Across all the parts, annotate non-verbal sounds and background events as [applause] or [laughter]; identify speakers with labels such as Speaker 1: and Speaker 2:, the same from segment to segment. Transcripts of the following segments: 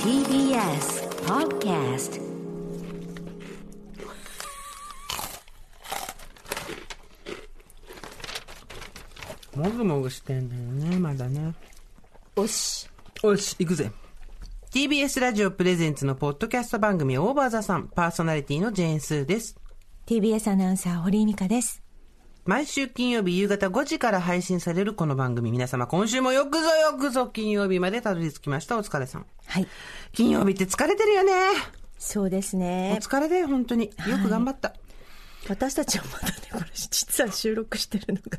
Speaker 1: TBS Podcast
Speaker 2: もぐもぐしてんだよね、まだね。
Speaker 1: おし
Speaker 2: よし、行くぜ。TBS ラジオプレゼンツのポッドキャスト番組オーバーザさん、パーソナリティのジェーンスーです。
Speaker 1: TBS アナウンサー堀井美香です
Speaker 2: 毎週金曜日夕方5時から配信されるこの番組、皆様今週もよくぞよくぞ金曜日までたどり着きました。お疲れさん。
Speaker 1: はい
Speaker 2: 金曜日って疲れてるよね。
Speaker 1: そうです
Speaker 2: お
Speaker 1: ね
Speaker 2: 疲れだよ、本当に。よく頑張った。
Speaker 1: 私たちはまだねこれ実は収録してるのが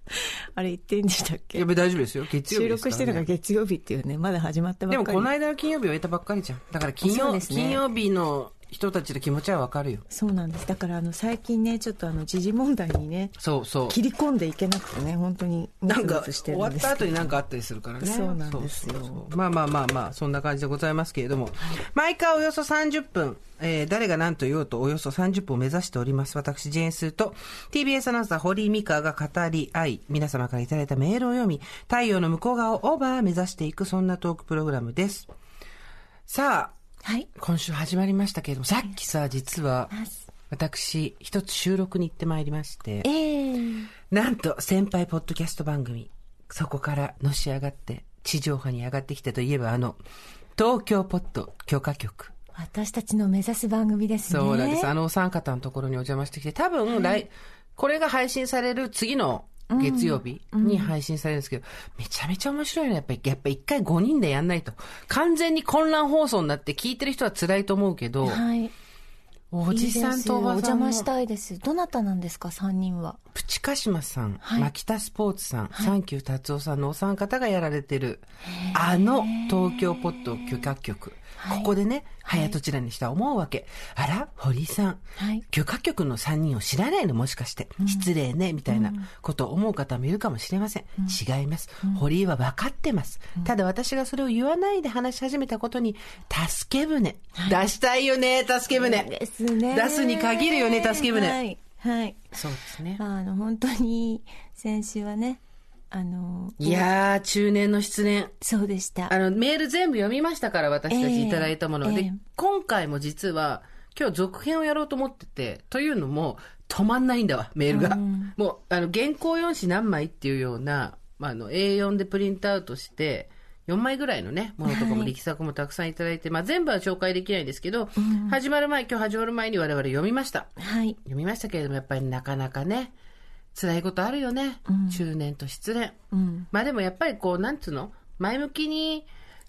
Speaker 1: [laughs] あれ言っていいんでしたっ
Speaker 2: や
Speaker 1: け
Speaker 2: べ、大丈夫ですよ。月
Speaker 1: 収
Speaker 2: 曜日ですから、ね。
Speaker 1: 録してるのが月曜日っていうねまだ始まったば
Speaker 2: で
Speaker 1: っ
Speaker 2: も
Speaker 1: か
Speaker 2: こ
Speaker 1: り
Speaker 2: の間の金曜日終えたばっかりじゃん。だから金
Speaker 1: そう
Speaker 2: 曜、
Speaker 1: ですね
Speaker 2: 金曜日の人たちの気持ちはわかるよ。
Speaker 1: そうなんですだからあの最近ねちょっとあの時事問題にね
Speaker 2: そうそう。
Speaker 1: 切り込んでいけなくてね本当にム
Speaker 2: なん
Speaker 1: ツム
Speaker 2: か
Speaker 1: ツして
Speaker 2: 終
Speaker 1: る
Speaker 2: わ
Speaker 1: ん
Speaker 2: っ
Speaker 1: です
Speaker 2: た
Speaker 1: け
Speaker 2: 後
Speaker 1: ど
Speaker 2: になんかあったりするからね
Speaker 1: そうなんですよ
Speaker 2: そうそうそうまあまあまあまあそんな感じでございますけれども、毎回およそ30分、えー誰が何と言おうとおよそ30分を目指しております私ジェーンスーと TBS アナウンサー堀井美香が語り合い皆様からいただいたメールを読み太陽の向こう側をオーバー目指していくそんなトークプログラムですさあ
Speaker 1: はい
Speaker 2: 今週始まりましたけれどもさっきさ実は
Speaker 1: ます
Speaker 2: 私一つ収録に行ってまいりまして
Speaker 1: えー、
Speaker 2: なんと先輩ポッドキャスト番組、そこからのし上がって、地上波に上がってきたといえばあの、東京ポッド許可局。
Speaker 1: 私たちの目指す番組ですね
Speaker 2: そうなんです。あのお三方のところにお邪魔してきて、多分来、これが配信される次の月曜日に配信されるんですけど、めちゃめちゃ面白いね。やっぱり、やっぱ一回5人でやんないと。完全に混乱放送になって聞いてる人は辛いと思うけど、
Speaker 1: はい
Speaker 2: おじさんとおばさん
Speaker 1: い
Speaker 2: の
Speaker 1: いですよお邪魔したいですどなたなんですか3人は
Speaker 2: プチカシマさん、
Speaker 1: はい
Speaker 2: マキタスポーツさん、サンキュー達夫さんのお三方がやられてる、あの東京ポッド許可局。
Speaker 1: はい
Speaker 2: ここでね、早とちらにしたら思うわけ。あら、堀井さん、
Speaker 1: はい
Speaker 2: 許可局の3人を知らないのもしかして、失礼ね、みたいなことを思う方もいるかもしれません。違います。堀井は分かってます。ただ私がそれを言わないで話し始めたことに、助け舟。出したいよね、助け舟。
Speaker 1: ですね
Speaker 2: 出すに限るよね助け舟
Speaker 1: はい、はい、
Speaker 2: そうですね。
Speaker 1: まああの本当に先週はねあの
Speaker 2: いやー、中年の失恋。
Speaker 1: そうでした
Speaker 2: あの、メール全部読みましたから、私た
Speaker 1: ええ
Speaker 2: ちいただいたもの。
Speaker 1: え
Speaker 2: で
Speaker 1: え、
Speaker 2: 今回も実は、今日続編をやろうと思ってて、というのも、止まんないんだわ、メールが。もう、あの、原稿用紙何枚っていうような、まあ、あの、A4 でプリントアウトして、4枚ぐらいのね、ものとか
Speaker 1: は
Speaker 2: も
Speaker 1: い
Speaker 2: 力作もたくさんいただいて、まあ、全部は紹介できないんですけど、始まる前、今日始まる前に我々読みました。
Speaker 1: はい
Speaker 2: 読みましたけれども、やっぱりなかなかね、辛いことあるよね。中年と失恋。
Speaker 1: うん
Speaker 2: まあでもやっぱりこう、なんつうの前向きに、い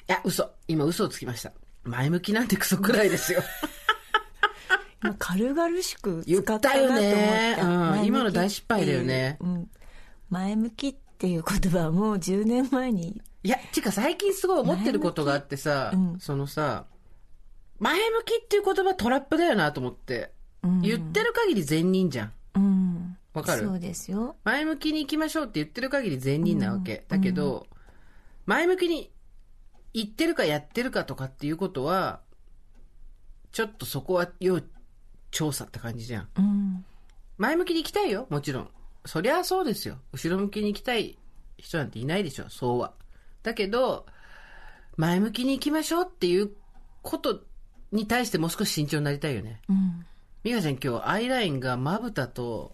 Speaker 2: や、嘘。今嘘をつきました。前向きなんてクソくらいですよ。 [laughs]
Speaker 1: 今軽々しく
Speaker 2: 言
Speaker 1: 使
Speaker 2: っ
Speaker 1: ったなと
Speaker 2: たよ
Speaker 1: 思った
Speaker 2: ね。う
Speaker 1: 前向
Speaker 2: ん
Speaker 1: きっていう
Speaker 2: 今の大失敗だよね
Speaker 1: うん、前向きっていう言葉はもう10年前に
Speaker 2: いや、てか最近すごい思ってることがあってさ、
Speaker 1: うん
Speaker 2: そのさ、前向きっていう言葉トラップだよなと思って。
Speaker 1: うん
Speaker 2: 言ってる限り善人じゃん。
Speaker 1: うん
Speaker 2: わかる
Speaker 1: そうですよ
Speaker 2: 前向きに行きましょうって言ってる限り善人なわけ。だけど、前向きに言ってるかやってるかとかっていうことは、ちょっとそこは要調査って感じじゃん。
Speaker 1: うん
Speaker 2: 前向きに行きたいよ、もちろん。そりゃそうですよ。後ろ向きに行きたい人なんていないでしょ、そうは。だけど、前向きに行きましょうっていうことに対してもう少し慎重になりたいよね。
Speaker 1: うん
Speaker 2: 美香ちゃん今日アイラインがまぶたと、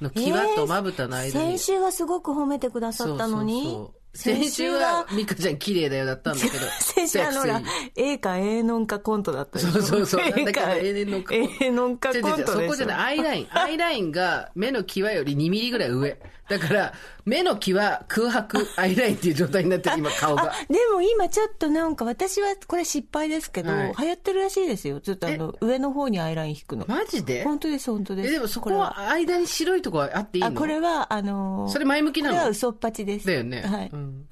Speaker 2: の際とまぶたの間
Speaker 1: 先
Speaker 2: に、
Speaker 1: 週はすごく褒めてくださったのに
Speaker 2: そうそうそう先週は、美香ちゃん綺麗だよだったんだけど。
Speaker 1: [laughs] 先週あのほら
Speaker 2: セクシー
Speaker 1: A か A のんかコントだったでしょ
Speaker 2: そうそうそう
Speaker 1: A か
Speaker 2: A のんかコント
Speaker 1: A のんか
Speaker 2: 違う違う
Speaker 1: コントでしょ
Speaker 2: そこじゃない、アイ
Speaker 1: [laughs]
Speaker 2: ライン。アイラインが目の際より2ミリぐらい上。だから、目の際空白アイラインっていう状態になってる、今顔が。
Speaker 1: でも今ちょっとなんか私はこれ失敗ですけど、
Speaker 2: はい
Speaker 1: 流行ってるらしいですよずっとあの上の方にアイライン引くの
Speaker 2: マジで
Speaker 1: 本当です本当で
Speaker 2: え
Speaker 1: す
Speaker 2: でもそこ
Speaker 1: れ
Speaker 2: は間に白いとこはあっていいの
Speaker 1: あこれはあのー
Speaker 2: それ前向き
Speaker 1: こ
Speaker 2: な
Speaker 1: れは
Speaker 2: の
Speaker 1: 嘘っぱちです
Speaker 2: だよね。
Speaker 1: はい、
Speaker 2: うん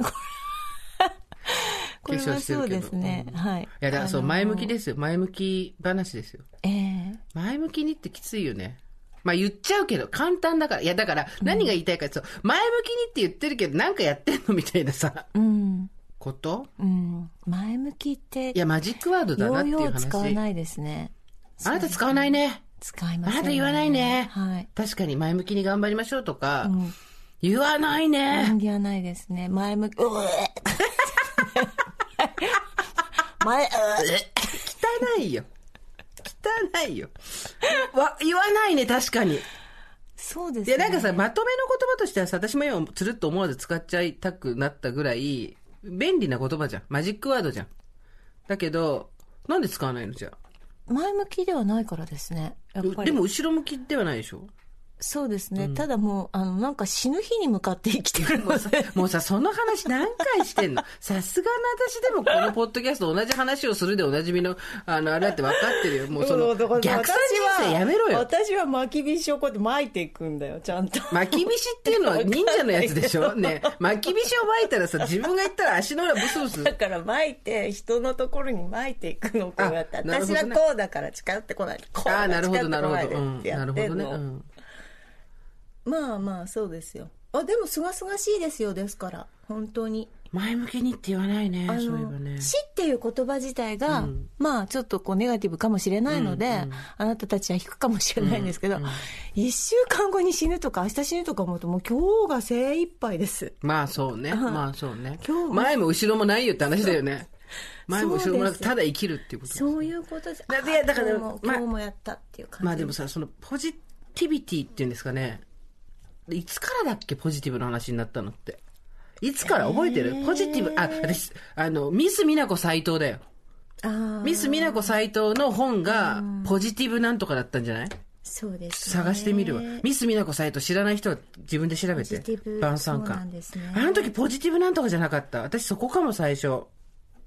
Speaker 1: これ
Speaker 2: 化粧
Speaker 1: は
Speaker 2: して
Speaker 1: そ
Speaker 2: る
Speaker 1: う
Speaker 2: けど
Speaker 1: ですね、
Speaker 2: うん
Speaker 1: はいい
Speaker 2: いや、だからそう、前向きですよ。前向き話ですよ。
Speaker 1: ええ
Speaker 2: 前向きにってきついよね。まあ言っちゃうけど、簡単だから。いや、だから、何が言いたいかって、そう前向きにって言ってるけど、なんかやってんのみたいなさ、
Speaker 1: うん
Speaker 2: こと
Speaker 1: うん前向きって
Speaker 2: いや、マジックワードだ
Speaker 1: よ
Speaker 2: なっ
Speaker 1: う
Speaker 2: てい
Speaker 1: よ
Speaker 2: う
Speaker 1: う
Speaker 2: 話。
Speaker 1: 使わないですね
Speaker 2: あなた使わないね。
Speaker 1: 使いません、
Speaker 2: あなた言わないね
Speaker 1: はい
Speaker 2: 確かに前向きに頑張りましょうとか、
Speaker 1: ん
Speaker 2: 言わないね。
Speaker 1: [laughs] 演技はないですね。前向き、うえ
Speaker 2: 前、汚いよ。汚いよ。わ、言わないね、確かに。
Speaker 3: そうです
Speaker 2: いや、なんかさ、まとめの言葉としてはさ、私も今、つるっと思わず使っちゃいたくなったぐらい、便利な言葉じゃん。マジックワードじゃん。だけど、なんで使わないのじゃあ。
Speaker 3: 前向きではないからですね。やっぱり。
Speaker 2: でも、後ろ向きではないでしょ
Speaker 3: そうですね。ただもう、あの、なんか死ぬ日に向かって生きてる
Speaker 1: [laughs]
Speaker 3: ので。
Speaker 2: もうさ、その話何回してんのさすがの私でもこのポッドキャスト同じ話をするでおなじみの、あの、あれだって分かってるよ。もうその、
Speaker 1: だから
Speaker 2: 逆算人生やめろ
Speaker 1: [laughs]
Speaker 2: よ。
Speaker 1: 私は巻き菱をこうやって巻いていくんだよ、ちゃ
Speaker 3: [laughs]
Speaker 1: んと。
Speaker 2: 巻き菱っていうのは忍者のやつでし
Speaker 1: [laughs]
Speaker 2: ょね巻き菱を巻いたらさ、自分が言ったら足の裏ブスブス
Speaker 1: だ。から巻いて、人のところに巻いていくのをこうやって、
Speaker 2: あなるほ
Speaker 1: 私
Speaker 2: どね
Speaker 1: はこうだから近寄ってこないで。こうだ
Speaker 2: あ
Speaker 1: から
Speaker 2: あ、なるほ
Speaker 1: 近寄
Speaker 2: ど、
Speaker 1: って
Speaker 2: な
Speaker 1: こ
Speaker 2: る
Speaker 1: ない。で
Speaker 2: ほどう
Speaker 1: っ
Speaker 2: ん、
Speaker 1: てや
Speaker 2: な
Speaker 1: っ
Speaker 2: る
Speaker 1: て
Speaker 2: ほ
Speaker 1: ん
Speaker 2: どね。う
Speaker 1: の。
Speaker 2: ん
Speaker 1: まあまあ、そうですよ。あ、でも、すがすがしいですよ、ですから。本当に。
Speaker 2: 前向きにって言わないね、
Speaker 1: あ
Speaker 2: そういえ
Speaker 1: の
Speaker 2: ばね。
Speaker 1: 死っていう言葉自体が、
Speaker 2: うん
Speaker 1: まあちょっとこうネガティブかもしれないので、あなたたちは引くかもしれないんですけど、一週間後に死ぬとか明日死ぬとか思うともう今日が精一杯です。
Speaker 2: まあそうね、まあそうね
Speaker 1: 今日。は
Speaker 2: 前も後ろもないよって話だよね。前も後ろも
Speaker 1: そう
Speaker 2: なく、
Speaker 1: です
Speaker 2: ただ生きるっていうこと。
Speaker 1: そういうことです。
Speaker 2: だで
Speaker 1: あ
Speaker 2: だから
Speaker 1: 今日も、
Speaker 2: まあ
Speaker 1: 今日もやったっていう感じ。
Speaker 2: まあでもさ、そのポジティビティっていうんですかね。いつからだっけ、ポジティブの話になったのって。いつから覚えてる、ポジティブ、あ、私、あの、ミス・ミナコ斎藤だよ。
Speaker 1: あー
Speaker 2: ミス・ミナコ斎藤の本が、ポジティブなんとかだったんじゃない
Speaker 1: そうです、
Speaker 2: 探してみるわ。ミス・ミナコ斎藤知らない人は自分で調べ
Speaker 1: ポジテ
Speaker 2: て
Speaker 1: ィブ。
Speaker 2: 晩餐
Speaker 1: そうなん
Speaker 2: 館。
Speaker 1: ですね
Speaker 2: あの時ポジティブなんとかじゃなかった。私そこかも最初。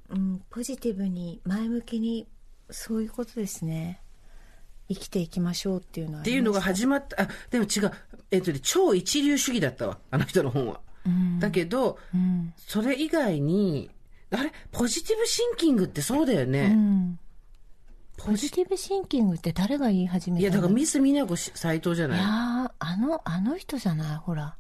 Speaker 1: うん、ポジティブに前向きにそういうことですね。生きていきましょうっていうのは
Speaker 2: っていうのが始まった、あ、でも違う。えっとね、超一流主義だったわ。あの人の本は。だけど、それ以外に、あれポジティブシンキングってそうだよね。
Speaker 3: ポジティブシンキングって誰が言い始めた
Speaker 2: いや、だから
Speaker 3: い
Speaker 2: ミス・ミナコ斎藤じゃない
Speaker 3: やーあの、あの人じゃない、ほら。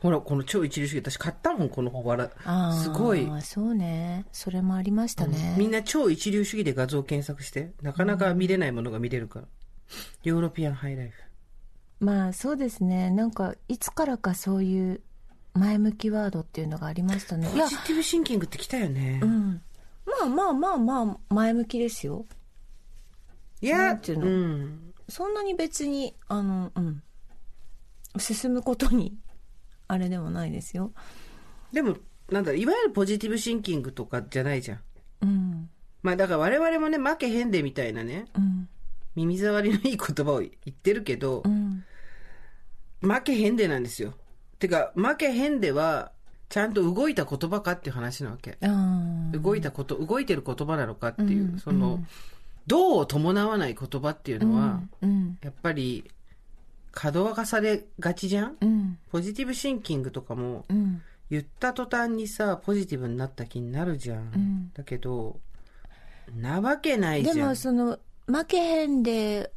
Speaker 2: ほら、この超一流主義、私買ったもん、この小柄
Speaker 3: あ。ー
Speaker 2: すごい。
Speaker 3: そうね。それもありましたね。
Speaker 2: みんな超一流主義で画像検索して、なかなか見れないものが見れるから。ヨーロピアンハイライフ。
Speaker 3: まあそうですね。なんか、いつからかそういう前向きワードっていうのがありましたね。い
Speaker 2: ポ
Speaker 3: や
Speaker 2: ジ、ティブシンキングってきたよね。
Speaker 3: うん。まあまあまあまあ、前向きですよ。
Speaker 2: い
Speaker 3: な
Speaker 2: や、
Speaker 3: んていうの
Speaker 2: ん。
Speaker 3: そんなに別に、あの、うん。進むことに、あれでもないですよ。
Speaker 2: でも、なんだろう、いわゆるポジティブシンキングとかじゃないじゃん。
Speaker 3: うん。
Speaker 2: まあだから我々もね、負けへんでみたいなね、
Speaker 3: うん。
Speaker 2: 耳障りのいい言葉を言ってるけど
Speaker 3: う、ん。
Speaker 2: 負けへんでなんですよ。てか、負けへんでは、ちゃんと動いた言葉かっていう話なわけ。
Speaker 3: ああ。
Speaker 2: 動いたこと、動いてる言葉なのかっていう、その、どうを伴わない言葉っていうのは、
Speaker 3: うん。
Speaker 2: やっぱり、角分かされがちじゃん
Speaker 3: うん。
Speaker 2: ポジティブシンキングとかも、
Speaker 3: うん。
Speaker 2: 言った途端にさ、ポジティブになった気になるじゃん。
Speaker 3: ん
Speaker 2: だけど、なわけないじゃ
Speaker 3: で
Speaker 2: ん。
Speaker 3: も、その、負けへんで、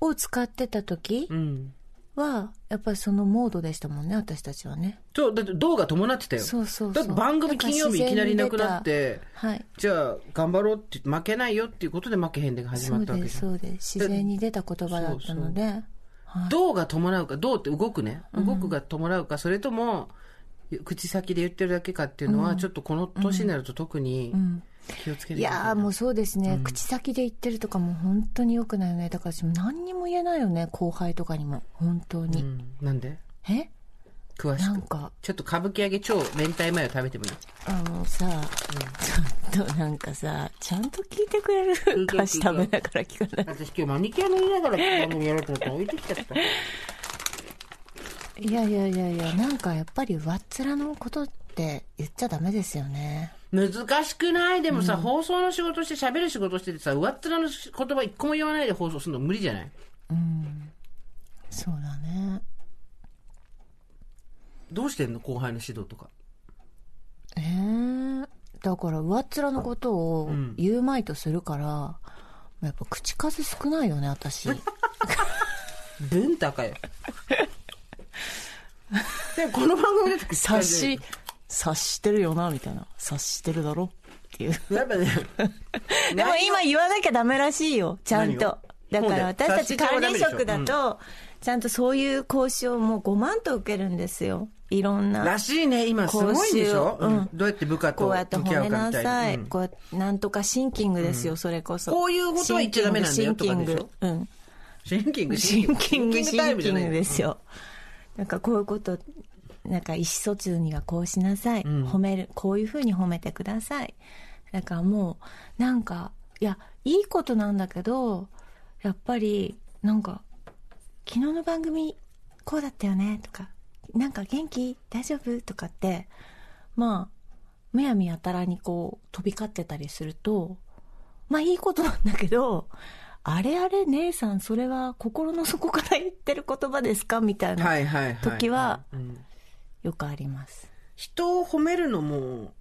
Speaker 3: を使ってた時
Speaker 2: うん。
Speaker 3: は、やっぱりそのモードでしたもんね、私たちはね。
Speaker 2: そう、だって動画伴ってたよ。
Speaker 3: そうそうそう
Speaker 2: だって番組金曜日いきなりなくなって、
Speaker 3: はい。
Speaker 2: じゃあ頑張ろうって、負けないよっていうことで負けへんでが始
Speaker 3: そ
Speaker 2: ま
Speaker 3: う
Speaker 2: ったわけ
Speaker 3: で
Speaker 2: じ
Speaker 3: す、
Speaker 2: ゃん。
Speaker 3: そうです。自然に出た言葉だったので。はい
Speaker 2: どうが伴うか、どうって動くね。動くが伴うか、それとも、口先で言ってるだけかっていうのは、ちょっとこの年になると特に気をつけ
Speaker 3: い
Speaker 2: ないといけ
Speaker 3: や
Speaker 2: な
Speaker 3: ーもうそうですね、口先で言ってるとかも本当に良くないよねだから私も何にも言えないよね後輩とかにも本当
Speaker 2: う
Speaker 3: に、
Speaker 2: んなんで
Speaker 3: え
Speaker 2: 詳し
Speaker 3: なん
Speaker 2: く。
Speaker 3: か
Speaker 2: ちょっと歌舞伎揚げ超明太マヨ食べてもいい
Speaker 3: [laughs] あのさ、ちょっとなんかさちゃんと聞いてくれる
Speaker 2: いてる
Speaker 3: 歌詞食べながら聞かな
Speaker 2: 私今日マニキュア塗りながら番組やろうと思ったら置いてきちゃった。
Speaker 3: いいやいやいやいやなんかやっぱり上っ面のことって言っちゃダメですよね
Speaker 2: 難しくないでもさ、放送の仕事して喋る仕事しててさ上っ面の言葉一個も言わないで放送するの無理じゃない
Speaker 3: そうだね
Speaker 2: どうしてんの後輩の指導とか
Speaker 3: えー、だから上っ面のことを言うまいとするから、やっぱ口数少ないよね私
Speaker 2: 文太かよでもこの番組で
Speaker 1: 察し、察してるよな、みたいな。察してるだろっていう。
Speaker 2: やっぱね
Speaker 1: [laughs] でも今言わなきゃダメらしいよ、ちゃん
Speaker 2: 何を
Speaker 1: と。だか
Speaker 2: そうだよ
Speaker 1: ら私たち管理
Speaker 2: 察しちゃダ
Speaker 1: 職
Speaker 2: メでし
Speaker 1: だ
Speaker 2: ょ
Speaker 1: と、ちゃんとそういう交渉もう5万と受けるんですよ。いろんな
Speaker 2: らしいね、今すごいんでしょ、
Speaker 1: 講習うん
Speaker 2: どうやって部下と
Speaker 1: こうやって
Speaker 2: 向き
Speaker 1: 褒
Speaker 2: 合
Speaker 1: め
Speaker 2: うか
Speaker 1: な
Speaker 2: みたい
Speaker 1: さ
Speaker 2: な。
Speaker 1: い、
Speaker 2: うん
Speaker 1: こうやってなんとかシンキングですよ、それこそ
Speaker 2: こういうことは言っちゃダメなんだよとかでしょ
Speaker 1: シンキング
Speaker 2: シンキン
Speaker 1: う
Speaker 2: グ、
Speaker 1: んシンキングシ
Speaker 2: タイ
Speaker 1: ン
Speaker 2: ムじ
Speaker 1: キ
Speaker 2: ゃ
Speaker 1: ン
Speaker 2: な
Speaker 1: グ
Speaker 2: い
Speaker 1: ですよ、なんかこういうことなんか意思疎通にはこうしなさい、褒めるこういうふうに褒めてくださいだからもうなんかいやいいことなんだけどやっぱりなんか昨日の番組こうだったよねとかなんか元気大丈夫とかってまあむやみやたらにこう飛び交ってたりするとまあいいことなんだけどあれあれ姉さんそれは心の底から言ってる言葉ですかみたいな、
Speaker 2: はいはいはい。
Speaker 1: 時は
Speaker 2: うん
Speaker 1: よくあります
Speaker 2: 人を褒めるのも、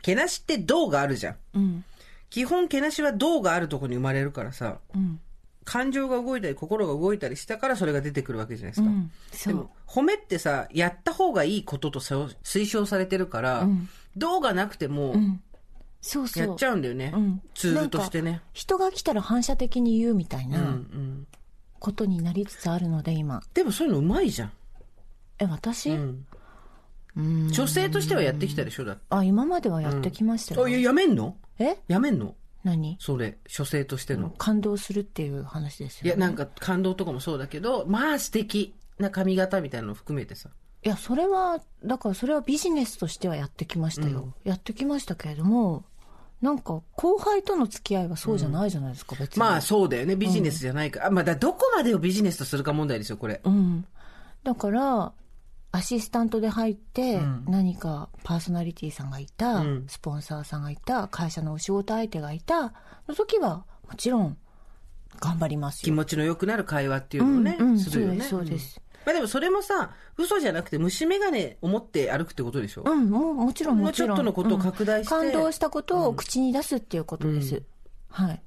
Speaker 2: けなしって道があるじゃん。
Speaker 1: うん
Speaker 2: 基本けなしは道があるとこに生まれるからさ、
Speaker 1: うん
Speaker 2: 感情が動いたり心が動いたりしたからそれが出てくるわけじゃないで
Speaker 1: う
Speaker 2: すか。
Speaker 1: ん
Speaker 2: で
Speaker 1: そう
Speaker 2: も、褒めってさ、やった方がいいこととそう推奨されてるから、
Speaker 1: ん
Speaker 2: 道がなくても
Speaker 1: う、んそうそう
Speaker 2: やっちゃうんだよね。
Speaker 1: うん
Speaker 2: ツールとしてね。
Speaker 1: 人が来たら反射的に言うみたい
Speaker 2: うんう。
Speaker 1: なんことになりつつあるので今
Speaker 2: でもそういうのうまいじゃん。
Speaker 1: え私、
Speaker 2: うん。女性としてはやってきたでしょだって。
Speaker 1: あ今まではやってきましたよ、
Speaker 2: あ、いや、やめんの
Speaker 1: え
Speaker 2: やめんの
Speaker 1: 何
Speaker 2: それ、女性としての。
Speaker 1: 感動するっていう話ですよ、
Speaker 2: い
Speaker 1: ね、
Speaker 2: や、なんか感動とかもそうだけど、まあ素敵な髪型みたいなの含めてさ。
Speaker 1: いやそれはだからそれはビジネスとしてはやってきましたよ、やってきましたけれどもなんか後輩との付き合いはそうじゃないじゃないですか、別に
Speaker 2: まあそうだよね。ビジネスじゃないか。あ、まあだどこまでをビジネスとするか問題ですよ、これ。
Speaker 1: うん、だからアシスタントで入って、何かパーソナリティさんがいた、
Speaker 2: うん
Speaker 1: スポンサーさんがいた会社のお仕事相手がいたの時はもちろん頑張ります
Speaker 2: 気
Speaker 1: よ
Speaker 2: 持ちの良くなる会話っていうのをね、
Speaker 1: うんうん
Speaker 2: するよね。
Speaker 1: そうですそうです
Speaker 2: んまあでもそれもさ、嘘じゃなくて虫眼鏡を持って歩くってことでしょ、
Speaker 1: うんもうもちろん
Speaker 2: も
Speaker 1: も
Speaker 2: うち
Speaker 1: ち
Speaker 2: ょ
Speaker 1: ろん
Speaker 2: っとのことを
Speaker 1: うん
Speaker 2: 拡大して。
Speaker 1: 感動したことを口に出すっていうことです、
Speaker 2: う
Speaker 1: はい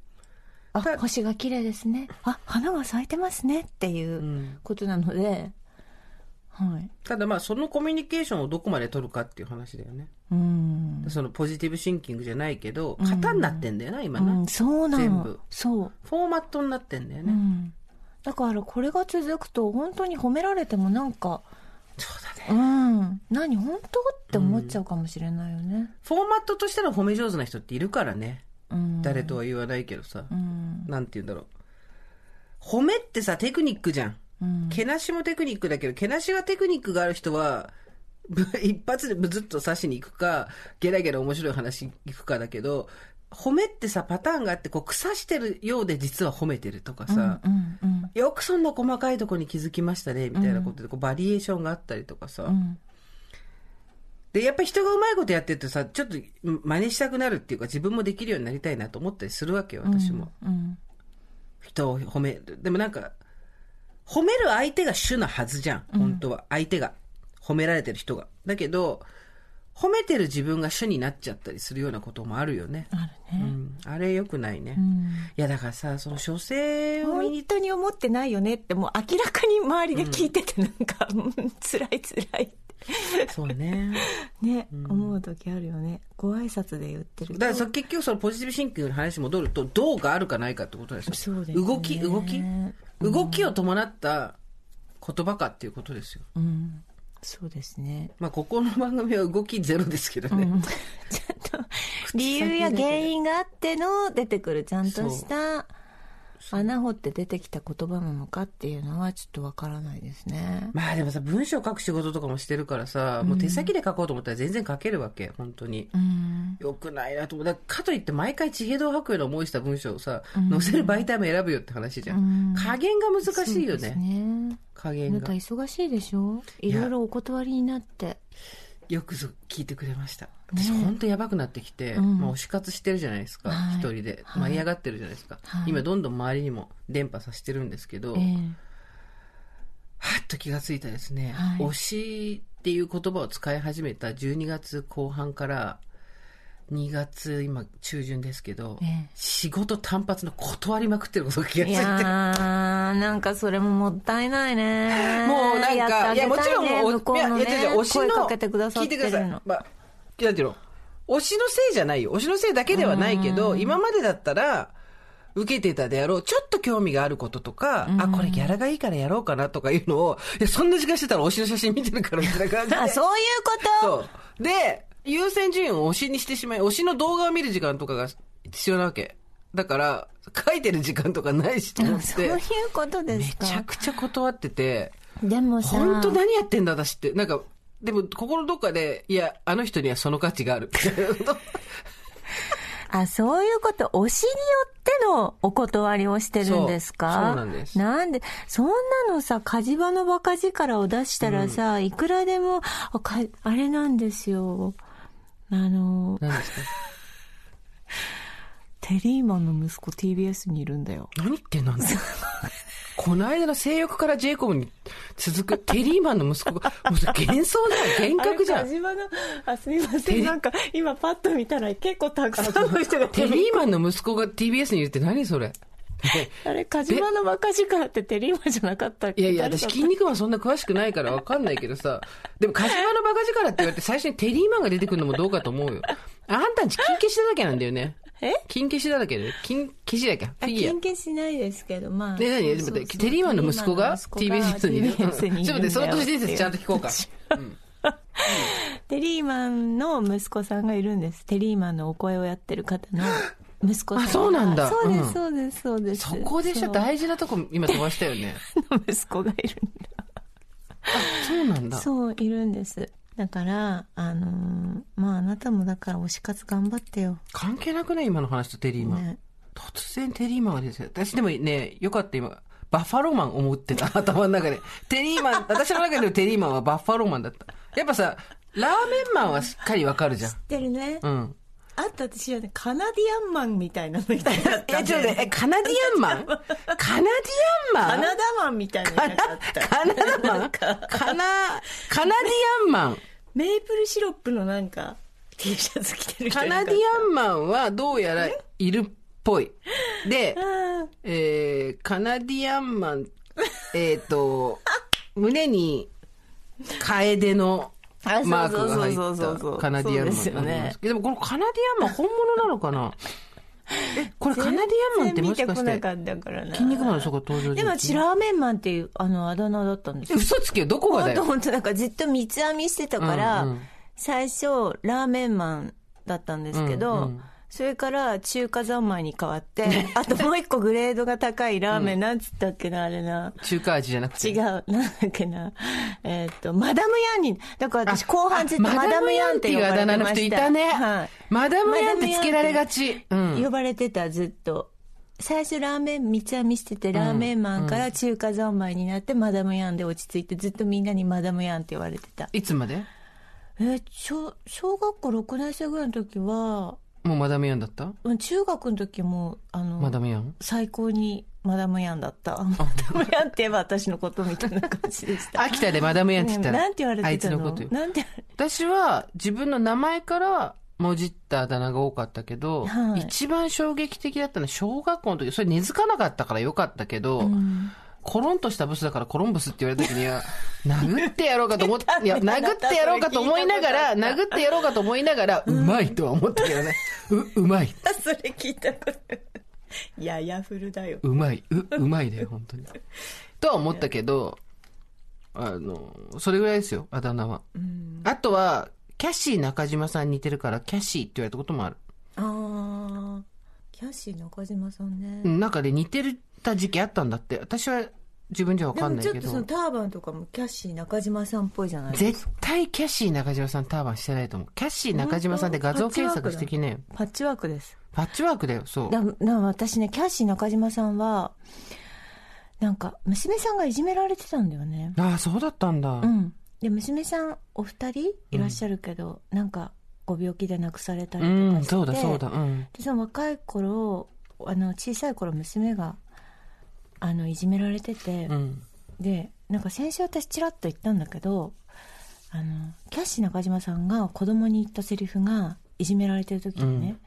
Speaker 1: あ
Speaker 2: た
Speaker 1: 星が綺麗ですねあ花が咲いてますねっていううんことなので、はい
Speaker 2: ただまあそのコミュニケーションをどこまで取るかっていう話だよね。
Speaker 1: うん、
Speaker 2: そのポジティブシンキングじゃないけど、型になってんだよな、今
Speaker 1: う
Speaker 2: な、
Speaker 1: ん、そうな
Speaker 2: 全
Speaker 1: の
Speaker 2: 部
Speaker 1: そう
Speaker 2: フォーマットになってんだよね。
Speaker 1: うん、だからこれが続くと本当に褒められてもなんか
Speaker 2: そうだね。
Speaker 1: うん何本当って思っちゃうかもしれないよね、
Speaker 2: フォーマットとしての褒め上手な人っているからね。
Speaker 1: うん、
Speaker 2: 誰とは言わないけどさ。
Speaker 1: うん
Speaker 2: なんて言うんだろう。褒めってさ、テクニックじゃん。
Speaker 1: うん
Speaker 2: けなしもテクニックだけど、けなしはテクニックがある人は、 [laughs] ぶ一発でブズッと刺しに行くか、ゲラゲラ面白い話行くかだけど、褒めってさ、パターンがあって、こう、腐してるようで実は褒めてるとかさ、
Speaker 1: うんうん
Speaker 2: よくそんな細かいとこに気づきましたね、みたいなことで、こう、バリエーションがあったりとかさ、
Speaker 1: うん
Speaker 2: で、やっぱり人がうまいことやってるとさ、ちょっとうん真似したくなるっていうか、自分もできるようになりたいなと思ったりするわけよ、私も。
Speaker 1: うん
Speaker 2: 人を褒める。でもなんか、褒める相手が主なはずじゃん。本当は。相手が。褒められてる人が。だけど、褒めてる自分が主になっちゃったりするようなこともあるよね。
Speaker 1: ある
Speaker 2: う
Speaker 1: ね、
Speaker 2: ん。あれ良くないね。
Speaker 1: う
Speaker 2: い
Speaker 1: ん
Speaker 2: や、だからさ、その書生を見
Speaker 1: 本
Speaker 2: に、
Speaker 1: 当に思ってないよねってもう明らかに周りで聞いててなんか、うん、辛い辛いって [laughs]
Speaker 2: そうね。
Speaker 1: ね、思う時あるよねご挨拶で言ってる
Speaker 2: だからそ結局そのポジティブシンキングの話に戻ると、どうがあるかないかってことですよ。
Speaker 1: そうですね
Speaker 2: 動き、動き。動きを伴った言葉かっていうことですよ。
Speaker 1: うんそうですね [laughs]
Speaker 2: まあ、ここの番組は動きゼロですけどね。
Speaker 1: うんちゃんと理由や原因があっての出てくるちゃんとした穴掘って出てきた言葉なのかっていうのはちょっとわからないですね。
Speaker 2: まあでもさ、文章書く仕事とかもしてるからさ、もう手先で書こうと思ったら全然書けるわけ、本当に。
Speaker 1: うん、
Speaker 2: よくないなと思う。だからかといって毎回地平道を吐くような思いした文章をさ、載せる媒体も選ぶよって話じゃん。加減が難しいよ
Speaker 1: そうです
Speaker 2: ね。
Speaker 1: ね
Speaker 2: 加
Speaker 1: な
Speaker 2: 減
Speaker 1: んか
Speaker 2: が。
Speaker 1: 忙しいでしょいろいろお断りになって。
Speaker 2: よくぞ聞いてくれました。私本当やばくなってきて、
Speaker 1: ん
Speaker 2: まあ推し活してるじゃないですか、
Speaker 1: はい
Speaker 2: 一人で。舞い上がってるじゃないですか。
Speaker 1: はい
Speaker 2: 今どんどん周りにも伝播させてるんですけど、
Speaker 1: ええ
Speaker 2: はっと気がついたですね、
Speaker 1: はい
Speaker 2: 推しっていう言葉を使い始めた12月後半から2月今中旬ですけど、
Speaker 1: ええ
Speaker 2: 仕事単発の断りまくってることが気がつ
Speaker 1: い
Speaker 2: いて
Speaker 1: やー、なんかそれももったいないね。
Speaker 2: もうなん
Speaker 1: やってあ
Speaker 2: か、
Speaker 1: げたいね、
Speaker 2: もちろんもう、
Speaker 1: 向こうのね
Speaker 2: いやいや違う推しの
Speaker 1: 声かけてくださって
Speaker 2: 聞いて
Speaker 1: る
Speaker 2: くだ
Speaker 1: の
Speaker 2: さい。。まあ、なんていうの推しのせいじゃないよ。推しのせいだけではないけど、今までだったら、受けてたであろう、ちょっと興味があることとか、あ、これギャラがいいからやろうかなとかいうのを、いや、そんな時間してたら推しの写真見てるからみたいな感じで。
Speaker 1: [laughs] あそういうこと
Speaker 2: そう。で、優先順位を推しにしてしまい、推しの動画を見る時間とかが必要なわけ。だから、書いてる時間とかないしと思っ
Speaker 1: あそう
Speaker 2: て
Speaker 1: いう、ことです
Speaker 2: めちゃ
Speaker 1: か
Speaker 2: くちゃ断ってて、
Speaker 1: でもさ
Speaker 2: 本当何やってんだ私って。なんか、でも心どっかで、いや、あの人にはその価値がある。 [laughs]
Speaker 1: あそういうこと推しによってのお断りをしてるんです
Speaker 2: そうそ
Speaker 1: か
Speaker 2: うなんです
Speaker 1: なんでそんなのさ火事場のバカ力を出したらさ、いくらでもあかあれなんですよあの
Speaker 2: 何ですか
Speaker 1: [laughs] テリーマンの息子 TBS にいるんだよ
Speaker 2: 何言ってんのあんたこの間の性欲から J コムに
Speaker 1: [laughs]
Speaker 2: 続くテリーマンの息子が、もうそれ幻想だよ、幻覚じゃ
Speaker 1: あれ
Speaker 2: ん。
Speaker 1: 火事場のあすみませんなんか今パッと見たら結構たくさんの人が
Speaker 2: テリーマンの息子が TBS にいるって何それ。ね
Speaker 1: あれ火事場のバカ力ってテリーマンじゃなかったっけ
Speaker 2: いやいや、
Speaker 1: 誰
Speaker 2: 私、
Speaker 1: だった
Speaker 2: 筋肉マンそんな詳しくないからわかんないけどさ、でも、カジマのバカ力って言われて最初にテリーマンが出てくるのもどうかと思うよ。あんたんち金消しだらけなんだよね。
Speaker 1: え
Speaker 2: 金消しだらけで、金消しだらけ。フ
Speaker 1: あ
Speaker 2: ィギュア
Speaker 1: 金。消しないですけど、まあ。
Speaker 2: で、何
Speaker 1: そうそう
Speaker 2: 待ってテリーマンの息子が
Speaker 1: テリーマンの息
Speaker 2: TBS にいる。
Speaker 1: 子
Speaker 2: ちょ
Speaker 1: が
Speaker 2: っと待って、その都市伝説ちゃんと聞こうか。
Speaker 1: テリーマンの息子さんがいるんです。テリーマンのお声をやってる方の息子さんが。
Speaker 2: あそうなんだ
Speaker 1: そう
Speaker 2: う
Speaker 1: で
Speaker 2: ん
Speaker 1: す、そうです、そうです。
Speaker 2: そこでしょ、
Speaker 1: そう
Speaker 2: 大事なとこ今飛ばしたよね。
Speaker 1: の息子がいるん
Speaker 2: [laughs] そうなん
Speaker 1: だ。
Speaker 2: だ。
Speaker 1: そう、いるんです。だから、あのーまあ、あなたもだから推し活頑張ってよ。
Speaker 2: 関係なくね、今の話とテリーマン。
Speaker 1: ね
Speaker 2: 突然テリーマンが出てきた。私でもね、よかった今。バッファローマン思ってた、 [laughs] 頭の中で。テリーマン、 [laughs] 私の中でのテリーマンはバッファローマンだった。やっぱさ、ラーメンマンはしっかりわかるじゃ [laughs] ん。
Speaker 1: てるね。
Speaker 2: うん。
Speaker 1: あった私はね、カナディアンマンみたいなのいたかっ
Speaker 2: [laughs] え、ちょっとね、えカナディアンマン [laughs] カナディア
Speaker 1: カ
Speaker 2: ンマン
Speaker 1: ナダマンみたいなのいなかった。
Speaker 2: カナダマンカナ、カナディアンマン。
Speaker 1: メープルシロップのなんか T シャツ着てる人
Speaker 2: カナディアンマンはどうやらいるっぽい。で、えー、カナディアンマン、 [laughs] えっ、と、胸に、カエデの
Speaker 1: あそうそうそうそう
Speaker 2: マークが入
Speaker 1: そう
Speaker 2: っ
Speaker 1: そ
Speaker 2: た
Speaker 1: う
Speaker 2: カナディアンマンなん
Speaker 1: そうですよね
Speaker 2: でもこのカナディアンマン本物なのか
Speaker 1: [laughs]
Speaker 2: なえ、これカナディアンマンってもしか
Speaker 1: 全然見て
Speaker 2: して
Speaker 1: こ、なかったからな
Speaker 2: 筋肉マンのそこ登場
Speaker 1: でも私
Speaker 2: う。
Speaker 1: ラーメンマンっていうあのあだ名だったんですよ
Speaker 2: 嘘つけよ、どこがだ
Speaker 1: 本当
Speaker 2: よ。
Speaker 1: 本当なんかずっと三つ編みしてたから、
Speaker 2: うんうん
Speaker 1: 最初ラーメンマンだったんですけど、
Speaker 2: うんうん
Speaker 1: それから中華三昧に変わって、あともう一個グレードが高いラーメン、なんつったっけな、あれな。
Speaker 2: 中華味じゃなくて。
Speaker 1: [laughs] 違う、なんだっけな。えーっと、マダムヤンに、だから私後半ずっとマダムヤンって呼ばれてました。
Speaker 2: マダムヤンっていうあだ名の人いたね。
Speaker 1: はい。
Speaker 2: マダムヤンってつけられがち。うん。
Speaker 1: 呼ばれてたずっと最初ラーメン三つ編みしててラーメンマンから中華三昧になってマダムヤンで落ち着いてずっとみんなにマダムヤンって言われてた
Speaker 2: いつまで
Speaker 1: え小小学校6年生ぐらいの時は
Speaker 2: もうマダムヤンだった
Speaker 1: うん中学の時もあの、
Speaker 2: マダムヤン
Speaker 1: 最高にマダムヤンだったマダムヤンって言えば私のことみたいな感じでし
Speaker 2: [laughs]
Speaker 1: た
Speaker 2: 秋田でマダムヤンって言ったら。
Speaker 1: なんて言われてたの
Speaker 2: あいつのことよ。
Speaker 1: なんて
Speaker 2: 私は自分の名前からもじったあだ名が多かったけど、
Speaker 1: はい
Speaker 2: 一番衝撃的だったのは小学校の時、それ根付かなかったからよかったけど、コロンとしたブスだからコロンブスって言われた時に [laughs] は、殴ってやろうかと思って、い [laughs] や、殴ってやろうかと思いながら、殴ってやろうかと思いながら、うまいとは思ったけどね。う、うまい。
Speaker 1: それ聞いたこといややふるだよ
Speaker 2: うまい、う、うまいだよ、本当に。とは思ったけど、あの、それぐらいですよ、あだ名は。あとは、キャシー中島さんに似てるから、キャシーって言われたこともある。
Speaker 1: あーキャッシー中島さんね、
Speaker 2: うんなんかで似てるた時期あったんだって。私は自分じゃわ
Speaker 1: で
Speaker 2: かん
Speaker 1: も
Speaker 2: な
Speaker 1: ち
Speaker 2: い
Speaker 1: ょっ
Speaker 2: け
Speaker 1: とその
Speaker 2: ど。
Speaker 1: ターバンとかもキャッシー中島さんっぽいじゃない
Speaker 2: 絶対キャシー中島さんターバンしてないと思う。キャシー中島さんって画像検索してきね
Speaker 1: パッチワークです
Speaker 2: パッチワークだよ、そう。
Speaker 1: だだ私ねキャッシー中島さんはなんか娘さんがいじめられてたんだよね
Speaker 2: ああ、そうだったんだ。
Speaker 1: うんで娘さんお二人いらっしゃるけど、なんかご病気で亡くされたり
Speaker 2: う
Speaker 1: とかして、
Speaker 2: ん、そうだ、そうだ、うん。
Speaker 1: でその若い頃あの小さい頃娘があのいじめられてて、
Speaker 2: うん。
Speaker 1: でなんか先週私ちらっと言ったんだけどあのキャッシー中島さんが子供に言ったセリフがいじめられてる時にね、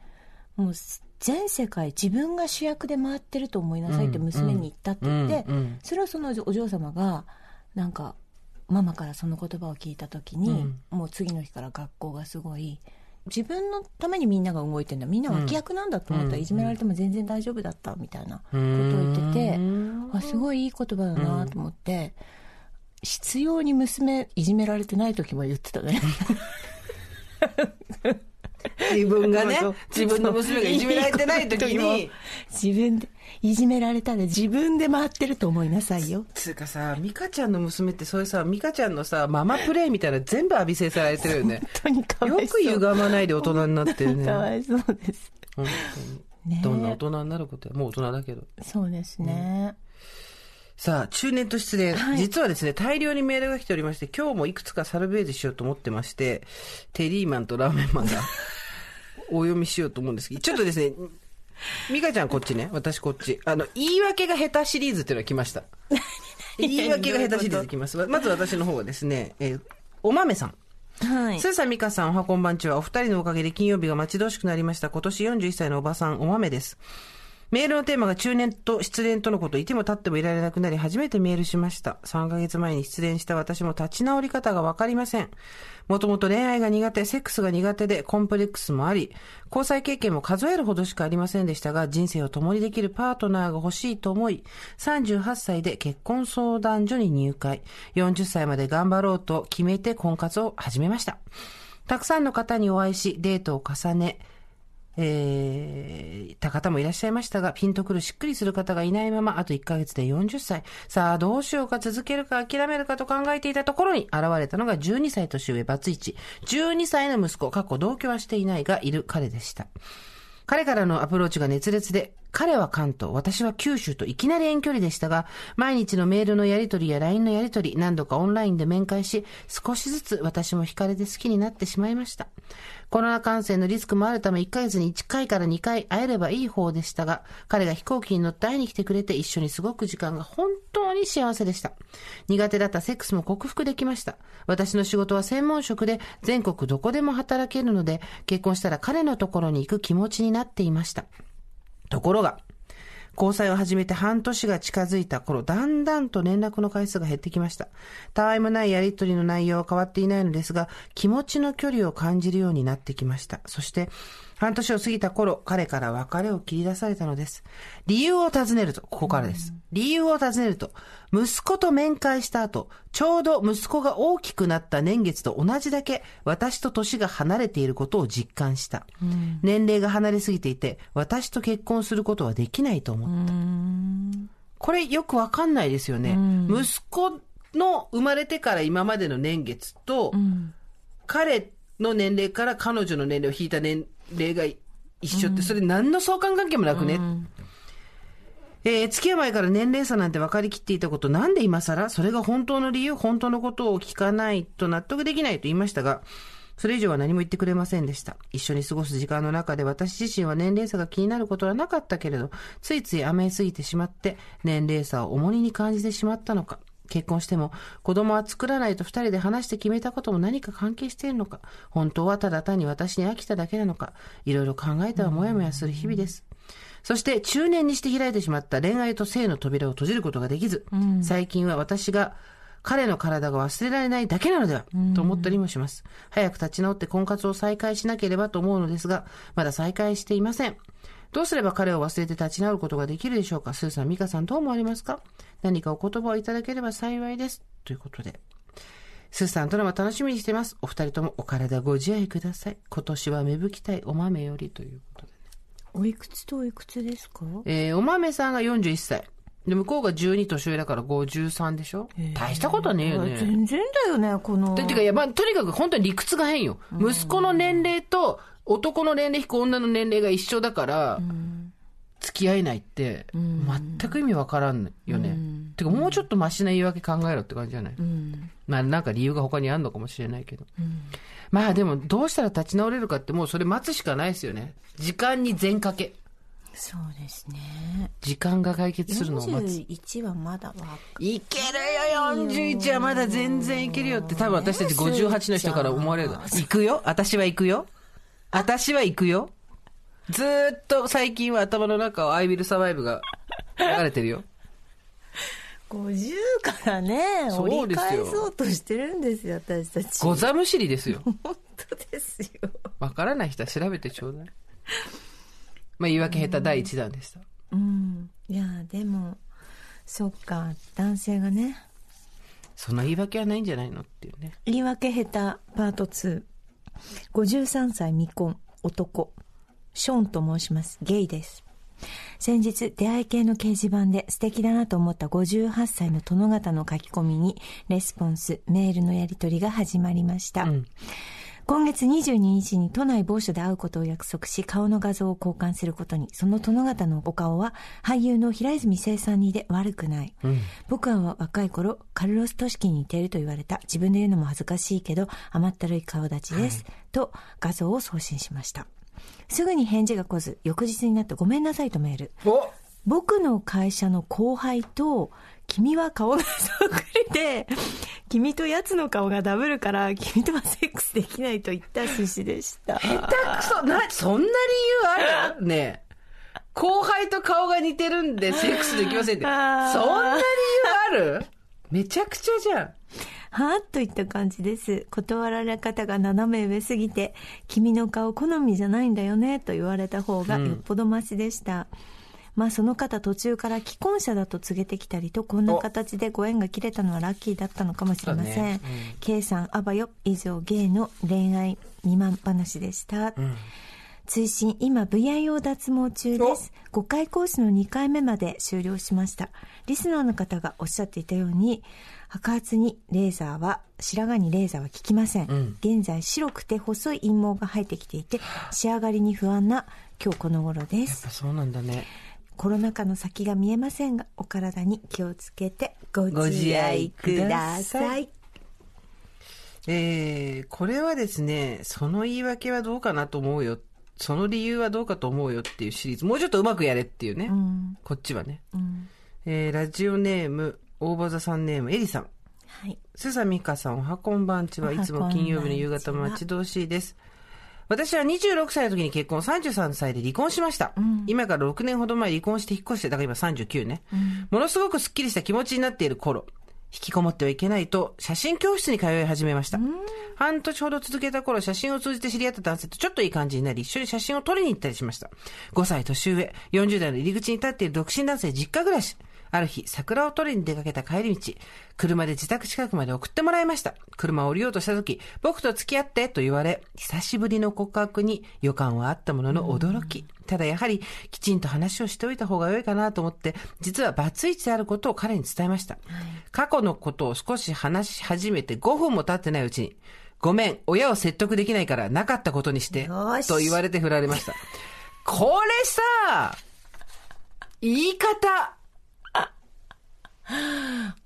Speaker 1: もう全世界自分が主役で回ってると思いなさいって
Speaker 2: うん
Speaker 1: 娘に言ったって言って、
Speaker 2: うんうん
Speaker 1: それをそのお嬢様がなんかママからその言葉を聞いた時に、
Speaker 2: うん
Speaker 1: もう次の日から学校がすごい自分のためにみんなが動いてんだみんな脇役なんだと思ったら、
Speaker 2: うん
Speaker 1: いじめられても全然大丈夫だったみたいなことを
Speaker 2: うん
Speaker 1: 言ってて、あすごいいい言葉だなと思って、執拗に娘いじめられてない時も言ってたね
Speaker 2: 自分がね
Speaker 1: そうそう、
Speaker 2: 自分の娘がいじめられてない時に、
Speaker 1: 自分でいじめられたら自分で回ってると思いなさいよ
Speaker 2: つうかさ、美香ちゃんの娘ってそういうさ、美香ちゃんのさ、ママプレイみたいな全部浴びせされてるよね。
Speaker 1: 本当にか
Speaker 2: よ
Speaker 1: わい [laughs] そ
Speaker 2: く
Speaker 1: う
Speaker 2: 歪まないで大人になってるね。
Speaker 1: かわいそうです
Speaker 2: 本当に
Speaker 1: ね
Speaker 2: どんな大人になることや。もう大人だけど。
Speaker 1: そうですね、
Speaker 2: さあ、中年と失恋、
Speaker 1: はい
Speaker 2: 実はですね、大量にメールが来ておりまして、今日もいくつかサルベージしようと思ってまして、テリーマンとラーメン [laughs] マンがお読みしようと思うんですけど、ちょっとですね、ミカちゃんこっちね、私こっち。あの、言い訳が下手シリーズっていうのが来ま [laughs] した。言い訳が下手シリーズ来ます。まず私の方はですね、えーお豆さん。
Speaker 1: はい
Speaker 2: スーさん、ミカさん、おはこんばんちは。お二人のおかげで金曜日が待ち遠しくなりました。今年41歳のおばさん、お豆です。メールのテーマが中年と失恋とのこと、いても立ってもいられなくなり、初めてメールしました。3ヶ月前に失恋した私も立ち直り方がわかりません。もともと恋愛が苦手、セックスが苦手で、コンプレックスもあり、交際経験も数えるほどしかありませんでしたが、人生を共にできるパートナーが欲しいと思い、38歳で結婚相談所に入会、40歳まで頑張ろうと決めて婚活を始めました。たくさんの方にお会いし、デートを重ね、えー、た方もいらっしゃいましたが、ピンとくるしっくりする方がいないまま、あと1ヶ月で40歳。さあ、どうしようか、続けるか、諦めるかと考えていたところに、現れたのが12歳年上、バツイチ。12歳の息子、過去同居はしていないが、いる彼でした。彼からのアプローチが熱烈で、彼は関東、私は九州といきなり遠距離でしたが、毎日のメールのやり取りや LINE のやり取り、何度かオンラインで面会し、少しずつ私も惹かれて好きになってしまいました。コロナ感染のリスクもあるため、1ヶ月に1回から2回会えればいい方でしたが、彼が飛行機に乗って会いに来てくれて一緒に過ごく時間が本当に幸せでした。苦手だったセックスも克服できました。私の仕事は専門職で全国どこでも働けるので、結婚したら彼のところに行く気持ちになっていました。ところが、交際を始めて半年が近づいた頃、だんだんと連絡の回数が減ってきました。たわいもないやりとりの内容は変わっていないのですが、気持ちの距離を感じるようになってきました。そして、半年を過ぎた頃、彼から別れを切り出されたのです。理由を尋ねると、ここからです。理由を尋ねると、息子と面会した後、ちょうど息子が大きくなった年月と同じだけ、私と年が離れていることを実感した。年齢が離れすぎていて、私と結婚することはできないと思った。これよくわかんないですよね。息子の生まれてから今までの年月と、彼の年齢から彼女の年齢を引いた年齢が一緒って、それ何の相関関係もなくね。えー付き合う前から年齢差なんて分かりきっていたこと、なんで今更それが本当の理由、本当のことを聞かないと納得できないと言いましたが、それ以上は何も言ってくれませんでした。一緒に過ごす時間の中で私自身は年齢差が気になることはなかったけれど、ついつい甘えすぎてしまって、年齢差を重荷に感じてしまったのか。結婚しても子供は作らないと二人で話して決めたことも何か関係しているのか本当はただ単に私に飽きただけなのかいろいろ考えてはもやもやする日々です、そして中年にして開いてしまった恋愛と性の扉を閉じることができず、最近は私が彼の体が忘れられないだけなのでは、と思ったりもします。早く立ち直って婚活を再開しなければと思うのですが、まだ再開していません。どうすれば彼を忘れて立ち直ることができるでしょうかスーさん、ミカさん、どう思われますか何かお言葉をいただければ幸いです。ということで。スーさん、ドラマ楽しみにしてます。お二人ともお体ご自愛ください。今年は芽吹きたいお豆よりということで。
Speaker 1: おいくつとおいくつですか
Speaker 2: えーお豆さんが41歳。で、向こうが12年上だから53でしょ大したことねえよね。
Speaker 1: 全然だよねこの
Speaker 2: で、てか、いや、まあ、とにかく本当に理屈が変よ。息子の年齢と男の年齢引く女の年齢が一緒だから、付き合えないって、全く意味わからんよね。てか、もうちょっとマシな言い訳考えろって感じじゃない、まあ、なんか理由が他にあるのかもしれないけど。まあ、でも、どうしたら立ち直れるかってもうそれ待つしかないですよね。時間に全かけ。
Speaker 1: そうですね
Speaker 2: 時間が解決するのを待つ。
Speaker 1: 41はまだわ
Speaker 2: いけるよ、41はまだ全然いけるよって、多分私たち58の人から思われるの。行くよ、私は行くよ。私は行くよ。ずーっと最近は頭の中をアイビルサバイブが流れてるよ。
Speaker 1: 50からね
Speaker 2: そう
Speaker 1: 折り
Speaker 2: ですよ
Speaker 1: 返そうとしてるんですよ私たち
Speaker 2: ござむしりですよ。
Speaker 1: 本当ですよ
Speaker 2: わからない人は調べてちょうだい。まあ、言い訳下手第一弾でした。
Speaker 1: うんいやでもそっか男性がね
Speaker 2: その言い訳はないんじゃないのっていうね。
Speaker 1: 言い訳下手パート253歳未婚男ショーンと申しますゲイです先日出会い系の掲示板で素敵だなと思った58歳の殿方の書き込みにレスポンスメールのやり取りが始まりました、
Speaker 2: ん
Speaker 1: 今月22日に都内某所で会うことを約束し顔の画像を交換することにその殿方のお顔は俳優の平泉成さんにで悪くない、僕は若い頃カルロス・トシキに似ていると言われた自分で言うのも恥ずかしいけど甘ったるい顔立ちです、と画像を送信しましたすぐに返事が来ず翌日になってごめんなさいとメール
Speaker 2: お
Speaker 1: 僕の会社の後輩と、君は顔がそっくりで、君とやつの顔がダブるから、君とはセックスできないと言った趣旨でした。
Speaker 2: 下手くそな、そんな理由あるねえ。後輩と顔が似てるんでセックスできませんって。そん
Speaker 1: あー
Speaker 2: な理由あるめちゃくちゃじゃん。
Speaker 1: はぁといった感じです。断られ方が斜め上すぎて、君の顔好みじゃないんだよね、と言われた方がよっぽどマシでした。まあその方途中から既婚者だと告げてきたりと、こんな形でご縁が切れたのはラッキーだったのかもしれませ。
Speaker 2: そうんね
Speaker 1: K さん、あばよ、以上、ゲイの恋愛未満話でした。追伸今 VIO 脱毛中です5回コースの2回目まで終了しましたリスナーの方がおっしゃっていたように白髪にレーザーは白髪にレーザーは効きません、現在白くて細い陰毛が生えてきていて仕上がりに不安な今日この頃です
Speaker 2: そうなんだね。
Speaker 1: コロナ禍の先が見えませんがお体に気をつけてご自愛ください
Speaker 2: えー、これはですね、その言い訳はどうかなと思うよ。その理由はどうかと思うよっていうシリーズ。もうちょっとうまくやれっていうね。
Speaker 1: うん
Speaker 2: こっちはね。
Speaker 1: うん
Speaker 2: えー、ラジオネーム、大場座さんネーム、エリさん。
Speaker 1: はい
Speaker 2: スサミカさん、おはこんばんちは、いつも金曜日の夕方待ち遠しいです。私は26歳の時に結婚、33歳で離婚しました。今から6年ほど前離婚して引っ越して、だから今39ね。ものすごくスッキリした気持ちになっている頃、引きこもってはいけないと、写真教室に通い始めました。半年ほど続けた頃、写真を通じて知り合った男性とちょっといい感じになり、一緒に写真を撮りに行ったりしました。5歳年上、40代の入り口に立っている独身男性実家暮らし。ある日、桜を取りに出かけた帰り道、車で自宅近くまで送ってもらいました。車を降りようとした時、僕と付き合ってと言われ、久しぶりの告白に予感はあったものの驚き。ただやはり、きちんと話をしておいた方が良いかなと思って、実はバツイチであることを彼に伝えました。過去のことを少し話し始めて5分も経ってないうちに、ごめん、親を説得できないからなかったことにして
Speaker 1: よ、し
Speaker 2: と言われて振られ
Speaker 1: [laughs]
Speaker 2: ました。これさ、言い方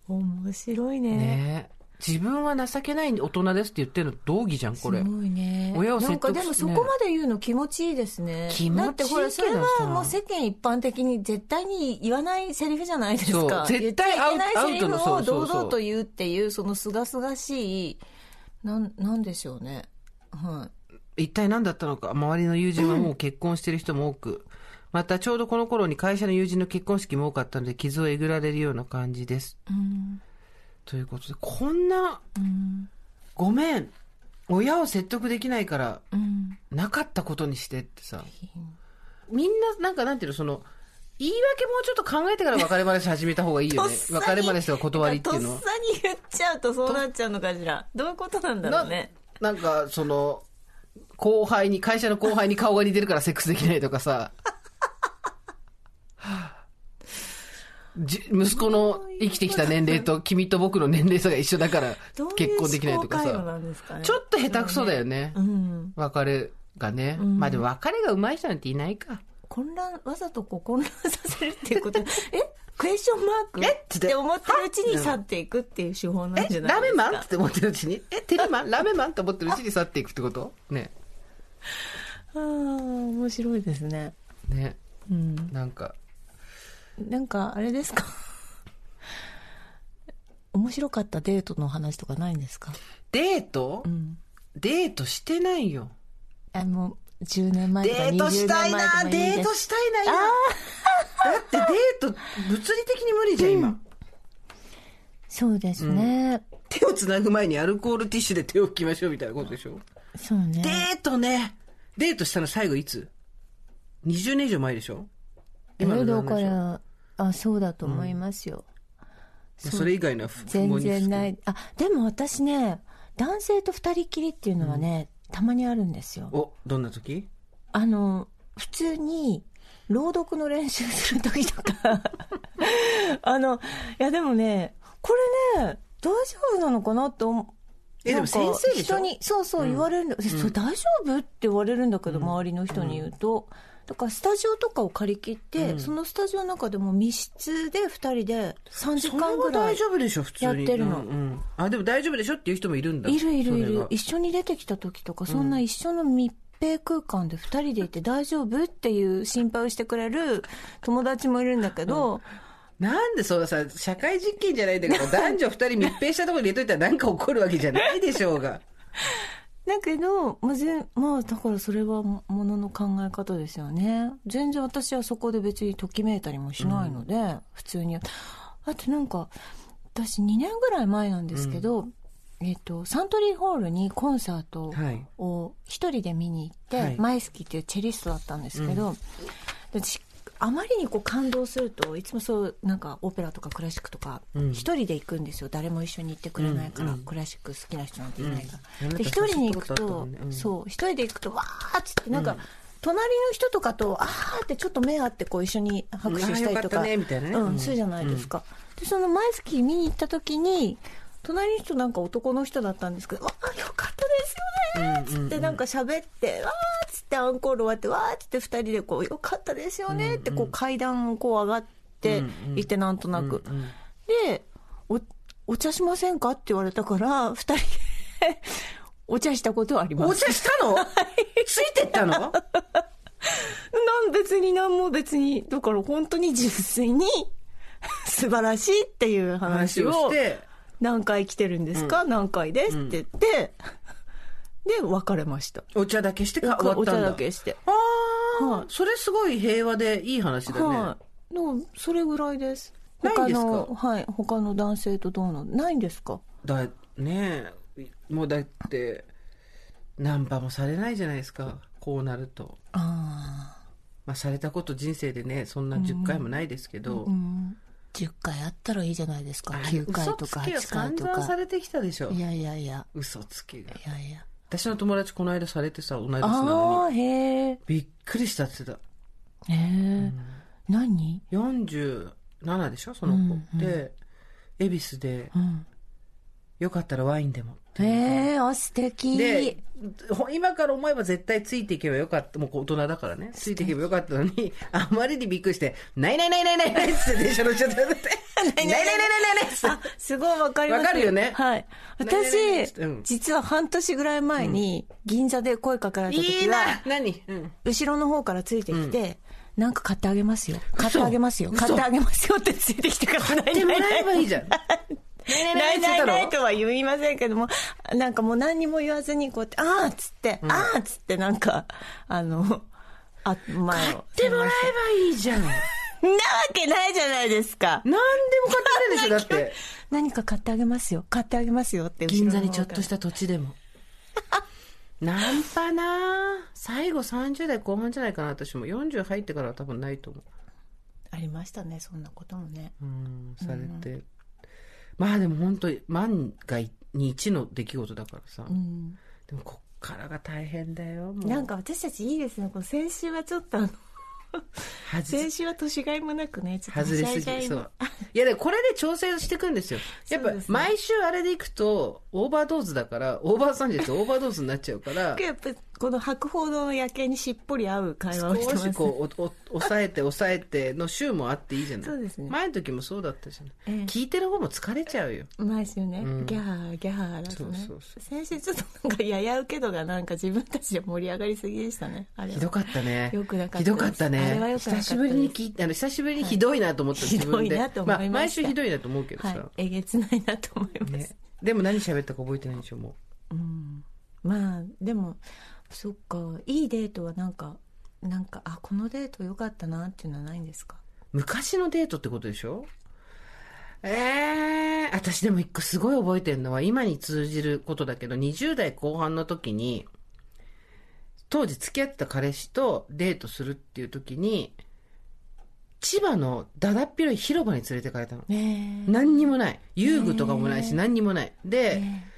Speaker 1: 面白いね
Speaker 2: ねえ自分は情けない大人ですって言ってるの同義じゃんこ
Speaker 3: す
Speaker 2: れ
Speaker 3: ごいね。
Speaker 2: 親を説得
Speaker 3: なんかでも
Speaker 2: し
Speaker 3: そ
Speaker 2: ね
Speaker 3: こまで言うの気持ちいいですね。
Speaker 2: 気持ちいい
Speaker 3: だってほら、それ
Speaker 2: けど
Speaker 3: は
Speaker 2: さ
Speaker 3: もう世間一般的に絶対に言わないセリフじゃないですか。
Speaker 2: そう絶対アウ
Speaker 3: 言っちゃいけないセリフを
Speaker 2: アウトのそうそうそう
Speaker 3: 堂々と言うっていう、そのすがすがしい、なん、なんでしょうね。はい。
Speaker 2: 一体何だったのか周りの友人はもう結婚してる人も多く、またちょうどこの頃に会社の友人の結婚式も多かったので傷をえぐられるような感じです
Speaker 1: うん
Speaker 2: ということでこんな
Speaker 1: うん
Speaker 2: ごめん親を説得できないから
Speaker 1: うん
Speaker 2: なかったことにしてってさみんななんかなんていうのその言い訳もうちょっと考えてから別れ話始めた方がいいよ
Speaker 3: [laughs]
Speaker 2: ね
Speaker 3: とっさに
Speaker 2: 別れ話とか断りっていうの
Speaker 3: と
Speaker 2: は
Speaker 3: っさに言っちゃうとそうなっちゃうのかしら。どういうことなんだろうね。
Speaker 2: ななんかその後輩に会社の後輩に顔が似てるからセックスできないとかさじ息子の生きてきた年齢と君と僕の年齢差が一緒だから
Speaker 3: どうい
Speaker 2: 結
Speaker 3: う
Speaker 2: 婚できないとか
Speaker 3: 思考回路な
Speaker 2: さ
Speaker 3: んですかね
Speaker 2: ちょっと下手くそだよね
Speaker 3: うん。
Speaker 2: 別れがね、まあでも別れが上手い人なんていないか
Speaker 3: 混乱、わざとこう混乱させるっていう
Speaker 2: [laughs]
Speaker 3: こと。えクエスチョンマーク
Speaker 2: えっつっ
Speaker 3: ってて思ってるうちに去っていくっていう手法なんじ
Speaker 2: え
Speaker 3: ゃな
Speaker 2: ラ
Speaker 3: いで
Speaker 2: メ
Speaker 3: すか。
Speaker 2: マンって思ってるうちにえテレマ
Speaker 3: [laughs]
Speaker 2: ンラメマンって思ってるうちに去っていくってことね
Speaker 1: ああ面白いですね
Speaker 2: ね
Speaker 1: うん
Speaker 2: なんか
Speaker 1: なんかあれですか
Speaker 3: [laughs] 面白かったデートの話とかないんですか
Speaker 2: デート、
Speaker 1: ん
Speaker 2: デートしてないよ
Speaker 3: あの、10年前
Speaker 2: デ
Speaker 3: とか20
Speaker 2: ー
Speaker 3: 年
Speaker 2: ト
Speaker 3: 前
Speaker 2: したいな
Speaker 3: とか
Speaker 2: デートしたいな今だってデート物理的に無理じゃん今
Speaker 1: そうですね。
Speaker 2: 手をつなぐ前にアルコールティッシュで手を拭きましょうみたいなことでしょ
Speaker 1: そうね。
Speaker 2: デートねデートしたの最後いつ ?20 年以上前でしょ
Speaker 1: え
Speaker 2: の
Speaker 1: だ
Speaker 2: 旦那
Speaker 1: か
Speaker 2: でしょ
Speaker 1: ら、あ、そうだと思いますよ。
Speaker 2: それ以外のは不。
Speaker 1: 全然ないい。あ、でも私ね、男性と二人きりっていうのはね、たまにあるんですよ。
Speaker 2: お、どんな時
Speaker 1: あの、普通に、朗読の練習する時とか、 [laughs] あの、いやでもね、これね、大丈夫なのかなと思
Speaker 2: え、でも先生でしょ
Speaker 1: 人に、そうそう言われるんだ、えそれ大丈夫って言われるんだけど、周りの人に言うと。だからスタジオとかを借り切って、そのスタジオの中でも密室で2人で3時
Speaker 2: それは
Speaker 1: 間ぐらい
Speaker 2: 大丈夫でしょ普通に
Speaker 1: やってるの
Speaker 2: うんうんあでも大丈夫でしょっていう人もいるんだ
Speaker 1: いるい
Speaker 2: そ
Speaker 1: るい
Speaker 2: れ
Speaker 1: る
Speaker 2: が
Speaker 1: 一緒に出てきた時とかそんな一緒の密閉空間で2人でいて大丈夫っていう心配をしてくれる友達もいるんだけど、
Speaker 2: なんでそんなさ社会実験じゃないんだから男女二人密閉したところに入れといたらなんか起こるわけじゃないでしょうが
Speaker 1: だけどもう全まあだからそれはもものの考え方ですよね全然私はそこで別にときめいたりもしないので、普通にあとなんか私2年ぐらい前なんですけど、えっとサントリーホールにコンサートを
Speaker 2: はい
Speaker 1: を一人で見に行って、
Speaker 2: はい
Speaker 1: マイスキーっていうチェリストだったんですけど、で私あまりにこう感動するといつもそうなんかオペラとかクラシックとか
Speaker 2: うん
Speaker 1: 一人で行くんですよ、誰も一緒に行ってくれないから、
Speaker 2: うんうん
Speaker 1: クラシック好きな人なんていないから、
Speaker 2: うん
Speaker 1: で一人に行く
Speaker 2: そういうことあ
Speaker 1: と
Speaker 2: ったもんねうん
Speaker 1: そう一人で行くとわーっつってなんか、隣の人とかとあーってちょっと目合ってこう一緒に拍手した
Speaker 2: うんあーよ
Speaker 1: り
Speaker 2: かっ
Speaker 1: と
Speaker 2: た
Speaker 1: か
Speaker 2: ねみたいなね
Speaker 1: う
Speaker 2: うん
Speaker 1: ん、するじゃないですか、でそのマイスキー見に行った時に隣の人なんか男の人だったんですけど「わあよかったですよね」つってなんか喋って「わあ」つってアンコール終わって「わあ」つって2人でこう「よかったですよね」ってこう階段をこう上がっていってなんとなく、でお「お茶しませんか?」って言われたから2人でお茶したことはありま
Speaker 2: お
Speaker 1: す
Speaker 2: 茶したのついてったの
Speaker 1: なん別に何も別にだから本当に純粋 [laughs] に素晴らしいっていう話
Speaker 2: 話を
Speaker 1: を
Speaker 2: して
Speaker 1: 何回来てるんですか、何回ですって言って、で別れました
Speaker 2: お茶だけしてか終わったん
Speaker 1: お
Speaker 2: だ
Speaker 1: 茶だけして
Speaker 2: ああ、
Speaker 1: はい
Speaker 2: それすごい平和でいい話だね、
Speaker 1: はいでもそれぐらいです
Speaker 2: ないんですか
Speaker 1: のはい他の男性とどうのないんですか
Speaker 2: だねえもうだってナンパもされないじゃないですかこうなると
Speaker 1: あ
Speaker 2: まあ、されたこと人生でねそんな10回もないですけど、
Speaker 1: あうん
Speaker 3: 10回あったらいいじゃないですか。
Speaker 2: あ
Speaker 3: 9回とか
Speaker 2: 嘘つきは
Speaker 3: 8回
Speaker 2: 散
Speaker 3: と
Speaker 2: 々さ
Speaker 3: か。
Speaker 2: れてきたでしょ
Speaker 3: いやいやいや、
Speaker 2: 嘘つきが
Speaker 3: いやいや。
Speaker 2: 私の友達この間されてさ同い年なの
Speaker 1: あ
Speaker 2: に
Speaker 1: あへえ
Speaker 2: びっくりしたって言って
Speaker 1: へえ、何
Speaker 2: た47でしょその子、で恵比寿で、
Speaker 1: ん
Speaker 2: よかったらワインでも」って
Speaker 1: へえあ素敵
Speaker 2: でほ今から思えば絶対ついていけばよかったもうこう大人だからねついていけばよかったのにあまりにびっくりして「ないないないないないない」っつって電車乗っちゃったんだ [laughs] って「ないないないないないない」っつって
Speaker 1: あすごいわかります
Speaker 2: わかるよね
Speaker 1: はい
Speaker 2: ね
Speaker 1: 私、
Speaker 2: うん
Speaker 1: 実は半年ぐらい前に銀座で声かけられた
Speaker 2: いい
Speaker 1: 時は
Speaker 2: な何、うん
Speaker 1: 後ろの方からついてきて、なんか買ってあげますよ。買ってあげますよ。
Speaker 2: 嘘
Speaker 1: 買ってあげますよってついてきてからない
Speaker 2: っても
Speaker 1: な
Speaker 2: ら
Speaker 1: い
Speaker 2: えばいいじ [laughs] ゃん。
Speaker 1: ないないない
Speaker 2: って
Speaker 1: とは言いませんけども、なんかもう何にも言わずにこうやって、あーっつって、あーっつってなんか、あの、あ、前を。
Speaker 2: もらえばいいじゃん。 [laughs] 何でも
Speaker 1: なわけないじゃないですか。
Speaker 2: 買ってくれるでしょ、だって。
Speaker 1: 何か買ってあげますよ。買ってあげますよって後ろ
Speaker 2: 銀
Speaker 1: の方
Speaker 2: 座
Speaker 1: から。
Speaker 2: にちょっとした土地でも。ナンパなあ最後30代後半じゃないかな、私も。40入ってからは多分ないと思
Speaker 1: ありましたね、そんなこともね。
Speaker 2: う。うん、されて。まあでも本当に万が一の出来事だからさ。
Speaker 1: うん。
Speaker 2: でもこっからが大変だよ、もう。
Speaker 1: なんか私たちいいですね。この先週はちょっとあの、
Speaker 2: 外す
Speaker 1: 先週は年がいもなくね、ちょっと
Speaker 2: 外れすぎ
Speaker 1: そ
Speaker 2: そうういやでもこれで調整していくんですよやっぱ
Speaker 1: そうですね
Speaker 2: 毎週あれでいくとオーバードーズだからオーバーサンジェスオーバードーズになっちゃう
Speaker 1: [laughs]
Speaker 2: から
Speaker 1: やっぱこの白鳳堂の夜景にしっぽり合う会話をして
Speaker 2: 少
Speaker 1: ます
Speaker 2: しこうおお抑えて抑えての週もあっていいじゃない
Speaker 1: そうですね
Speaker 2: 前の時もそうだったじゃない、
Speaker 1: ええ
Speaker 2: 聞いてる方も疲れちゃうよ
Speaker 1: うまいですよね、
Speaker 2: うん
Speaker 1: ギャーギャーだとね
Speaker 2: そうそう
Speaker 1: 先週ちょっとなんかやや受け度がなんか自分たちで盛り上がりすぎでしたねあれは
Speaker 2: ひどかったね
Speaker 1: よくなかった
Speaker 2: ひどかった
Speaker 1: あれは
Speaker 2: ね
Speaker 1: よくなかった
Speaker 2: 久
Speaker 1: です
Speaker 2: しぶりに聞いてあの久しぶりにひどいなと思った、
Speaker 1: はい
Speaker 2: 自分で
Speaker 1: ひどいなと思いました
Speaker 2: あ、毎週ひどいなと思うけどさ、
Speaker 1: はいえげつないなと思います、
Speaker 2: ね、でも何喋ったか覚えてないんでしょもう
Speaker 1: うんまあでもそっかいいデートはなんかなんかあこのデート良かったなっていうのはないんですか
Speaker 2: 昔のデートってことでしょええ私でも一個すごい覚えてるのは、今に通じることだけど、20代後半の時に、当時付き合ってた彼氏とデートするっていう時に、千葉のだだっ広い広場に連れてかれたの。
Speaker 1: ねえ
Speaker 2: 何にもない。遊具とかもないし、何にもない。で、
Speaker 1: ね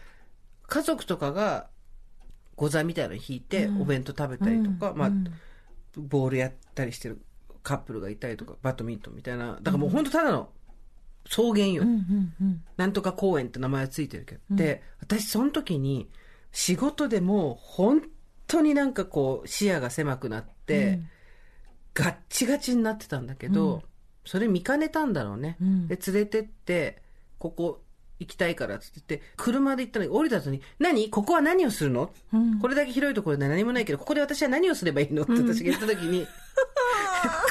Speaker 2: 家族とかが、ご座みたいなの引いて、
Speaker 1: うん
Speaker 2: お弁当食べたりとか、
Speaker 1: うん
Speaker 2: まあ
Speaker 1: う、ん
Speaker 2: ボールやったりしてるカップルがいたりとか、バドミントンみたいな。だからもう本当ただの草原よ。
Speaker 1: うんうんうん
Speaker 2: なんとか公園って名前はついてるけど。で、私その時に仕事でもう本当になんかこう視野が狭くなって、ガッチガチになってたんだけど、
Speaker 1: うん
Speaker 2: それ見かねたんだろうね。
Speaker 1: うん
Speaker 2: で、連れてって、ここ行きたいからって言って、車で行ったのに降りた後に、何ここは何をするの
Speaker 1: うん
Speaker 2: これだけ広いところで何もないけど、ここで私は何をすればいいのって私が言った時
Speaker 1: [laughs]
Speaker 2: に、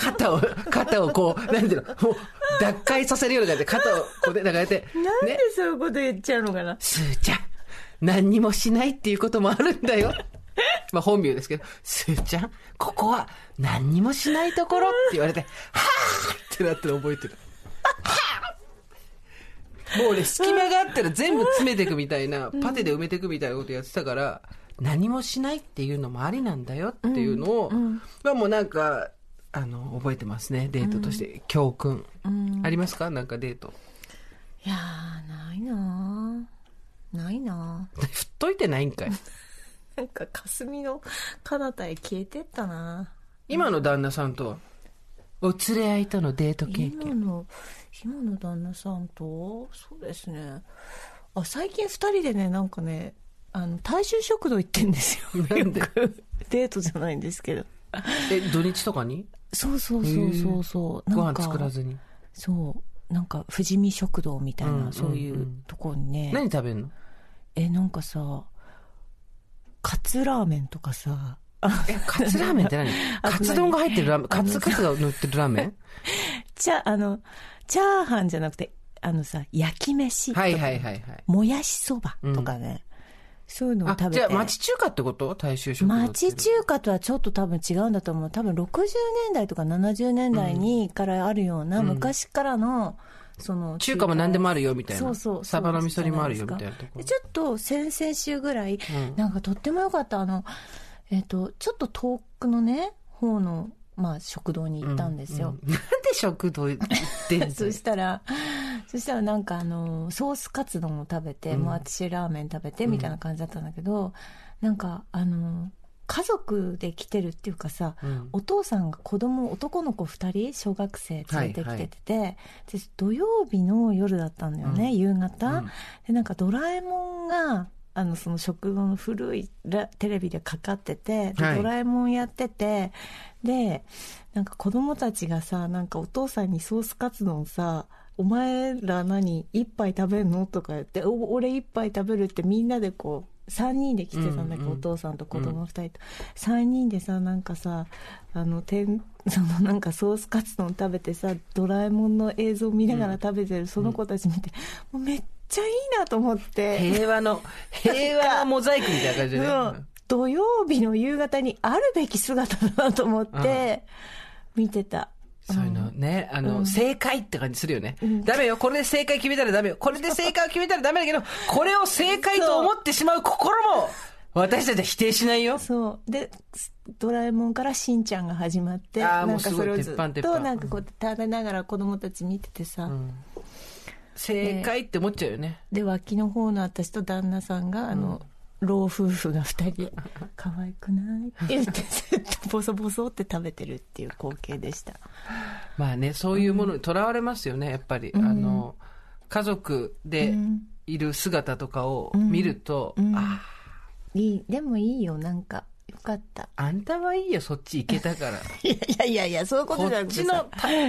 Speaker 2: 肩を、肩をこう、なんていうの、もう、脱会させるような感じで、肩をこうで、なんかやって、
Speaker 1: なん
Speaker 2: ね
Speaker 1: で、そういうこと言っちゃうのかな、
Speaker 2: すーちゃん、何にもしないっていうこともあるんだ [laughs] よ。まあ本名ですけど、すーちゃん、ここは何にもしないところって言われて、はぁってなったの覚えてる。はぁもうね、隙間があったら全部詰めていくみたいな、パテで埋めていくみたいなことやってたから、何もしないっていうのもありなんだよっていうのを、まあもうなんか、あの、覚えてますね、デートとして。教訓。
Speaker 1: うん、
Speaker 2: ありますかなんかデート。 [laughs]
Speaker 1: いやーないなーないなー
Speaker 2: 振っといてないんかい。
Speaker 1: なんか霞の彼方へ消えてったな
Speaker 2: 今の旦那さんとはお連れ合いとのデート経
Speaker 1: 今
Speaker 2: 験
Speaker 1: の今の旦那さんとそうですねあ最近2人でねなんかねあの大衆食堂行ってんですよ
Speaker 2: なんで
Speaker 1: よくデートじゃないんですけど
Speaker 2: え土日とかに
Speaker 1: そうそうそうそうそう
Speaker 2: ご
Speaker 1: なんか
Speaker 2: 飯作らずに
Speaker 1: そうなんか富士見食堂みたいな、
Speaker 2: うんうんうん
Speaker 1: そういうとこにね
Speaker 2: 何食べんの
Speaker 1: えなんかさカツラーメンとかさ
Speaker 2: えカツラーメンって何
Speaker 1: [laughs] あ
Speaker 2: カツ丼が入ってるラーメンカ
Speaker 1: あの
Speaker 2: ツカツが乗ってるラ
Speaker 1: [laughs]
Speaker 2: ーメン
Speaker 1: チャあのチャーハンじゃなくてあのさ焼き飯とか、
Speaker 2: はいはいはいはい
Speaker 1: もやしそばとかね、そういうのを
Speaker 2: あ
Speaker 1: 食べて
Speaker 2: じゃあ町中華ってこと大衆食堂って
Speaker 1: 町中華とはちょっと多分違うんだと思う多分60年代とか70年代にからあるような、
Speaker 2: うん
Speaker 1: 昔からのその
Speaker 2: 中華も何でもあるよみたいな
Speaker 1: そうそう
Speaker 2: サバの味噌煮もあるよ
Speaker 1: そう
Speaker 2: み
Speaker 1: じゃ
Speaker 2: たいなとこ
Speaker 1: でちょっと先々週ぐらい、
Speaker 2: うん
Speaker 1: なんかとっても良かったあのえっ、とちょっと遠くのね方のまあ食堂に行ったんですよ、
Speaker 2: ううなんで食堂行ってん
Speaker 1: [laughs]
Speaker 2: の
Speaker 1: そしたら、そしたらなんかあの、ソースカツ丼を食べて、
Speaker 2: うん
Speaker 1: もう私ラーメン食べて、みたいな感じだったんだけど、なんかあの、家族で来てるっていうかさ、
Speaker 2: うん
Speaker 1: お父さんが子供、男の子二人、小学生連れてきてて、で土曜日の夜だったんだよね、
Speaker 2: うん
Speaker 1: 夕方、
Speaker 2: うん
Speaker 1: で、なんかドラえもんが、あの、その食堂の古いラテレビでかかってて、で
Speaker 2: はい
Speaker 1: ドラえもんやってて、で、なんか子供たちがさ、なんかお父さんにソースカツ丼さ、お前ら何一杯食べんのとか言って、お俺一杯食べるってみんなでこう、3人で来てたんだけど、
Speaker 2: うんうん
Speaker 1: お父さんと子供2人と、3人でさ、なんかさ、あの、てん、 [laughs] そのなんかソースカツ丼食べてさ、ドラえもんの映像見ながら食べてる、その子たち見て、もうめっちゃいいなと思って、[laughs]
Speaker 2: 平和の平和のモザイクみたいな感じでね
Speaker 1: うん土曜日の夕方にあるべき姿だなと思って、見てた。
Speaker 2: そういうのね、あの、
Speaker 1: うん
Speaker 2: 正解って感じするよね、
Speaker 1: ん
Speaker 2: ダメよ、これで正解決めたらダメよ。これで正解を決めたらダメだけど、これを正解と思ってしまう心も、私たちは否定しないよ。
Speaker 1: そう。で、すドラえもんからしんちゃんが始まって、
Speaker 2: あ
Speaker 1: な
Speaker 2: ーもうん
Speaker 1: か
Speaker 2: すご
Speaker 1: そ
Speaker 2: い
Speaker 1: れをずっ
Speaker 2: 鉄板鉄板
Speaker 1: と、なんかこう、食べながら子供たち見ててさ、
Speaker 2: 正解って思っちゃうよね。
Speaker 1: で、脇の方の私と旦那さんが、あの、老夫婦が二
Speaker 2: [laughs]
Speaker 1: 人、可愛くないって言って、ずっとボソボソって食べてるっていう光景でした。
Speaker 2: まあね、そういうものにとらわれますよね、やっぱり。あの、家族でいる姿とかを見ると、あ
Speaker 1: いい、でもいいよ、なんか。よかった。
Speaker 2: あ、あんたはいいよ、そっち行けたから。
Speaker 1: いやいやいやいや、そういうこ
Speaker 2: こと
Speaker 1: じゃな
Speaker 2: っ
Speaker 1: く
Speaker 2: ち
Speaker 1: て
Speaker 2: の
Speaker 1: さ、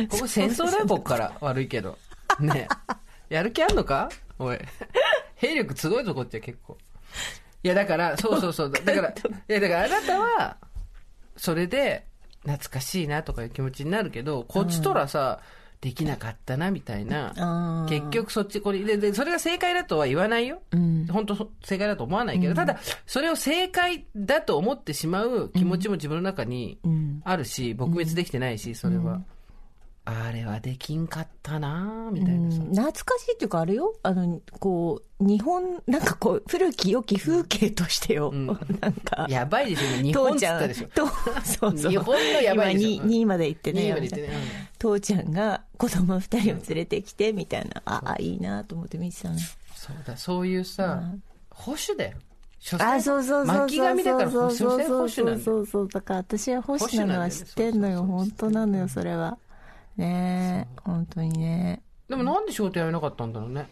Speaker 2: ここ戦争だよ、こっから。悪いけど。ねえやる気あんのかおい。兵力すごいぞ、こっちは結構。いや、だから、そうそうそう。だから、いや、だからあなたは、それで、懐かしいなとかいう気持ちになるけど、こっちとらさ、できなかったな、みたいな
Speaker 1: あ。ー
Speaker 2: 結局そっち、これ、で、で、それが正解だとは言わないよ。
Speaker 1: うん。
Speaker 2: 本当そ正解だと思わないけど、ただ、それを正解だと思ってしまう気持ちも自分の中に
Speaker 1: うん。
Speaker 2: あるし、撲滅できてないし、それは。あれはできんかったなみたいなさ、
Speaker 1: 懐かしいっていうかあれよあのこう日本なんかこう古き良き風景としてよ、
Speaker 2: ん
Speaker 1: なんか
Speaker 2: やばいでしょ今日本っ
Speaker 1: [laughs] 父
Speaker 2: つ
Speaker 1: ち
Speaker 2: っ
Speaker 1: ゃ
Speaker 2: た
Speaker 1: ん
Speaker 2: でしょ
Speaker 1: とそうそう
Speaker 2: 日本のやばいでしょ
Speaker 1: 今 2, 位まで行ってね
Speaker 2: 二位まで行ってね
Speaker 1: みたいな父ちゃんが子供二人を連れてきてみたいなああいいなと思って見てたね
Speaker 2: そうだそういうさ、
Speaker 1: うん
Speaker 2: 保守だよ所詮
Speaker 1: あそうそうそうそう
Speaker 2: 巻き髪だから保守所詮保守なんだ
Speaker 1: そ
Speaker 2: よ
Speaker 1: うそうそうだから私は保守なのは知ってんのよ
Speaker 2: 保守なんだよね
Speaker 1: 本当なのよそれはねえ本当にね
Speaker 2: でもなんで仕事辞めなかったんだろうね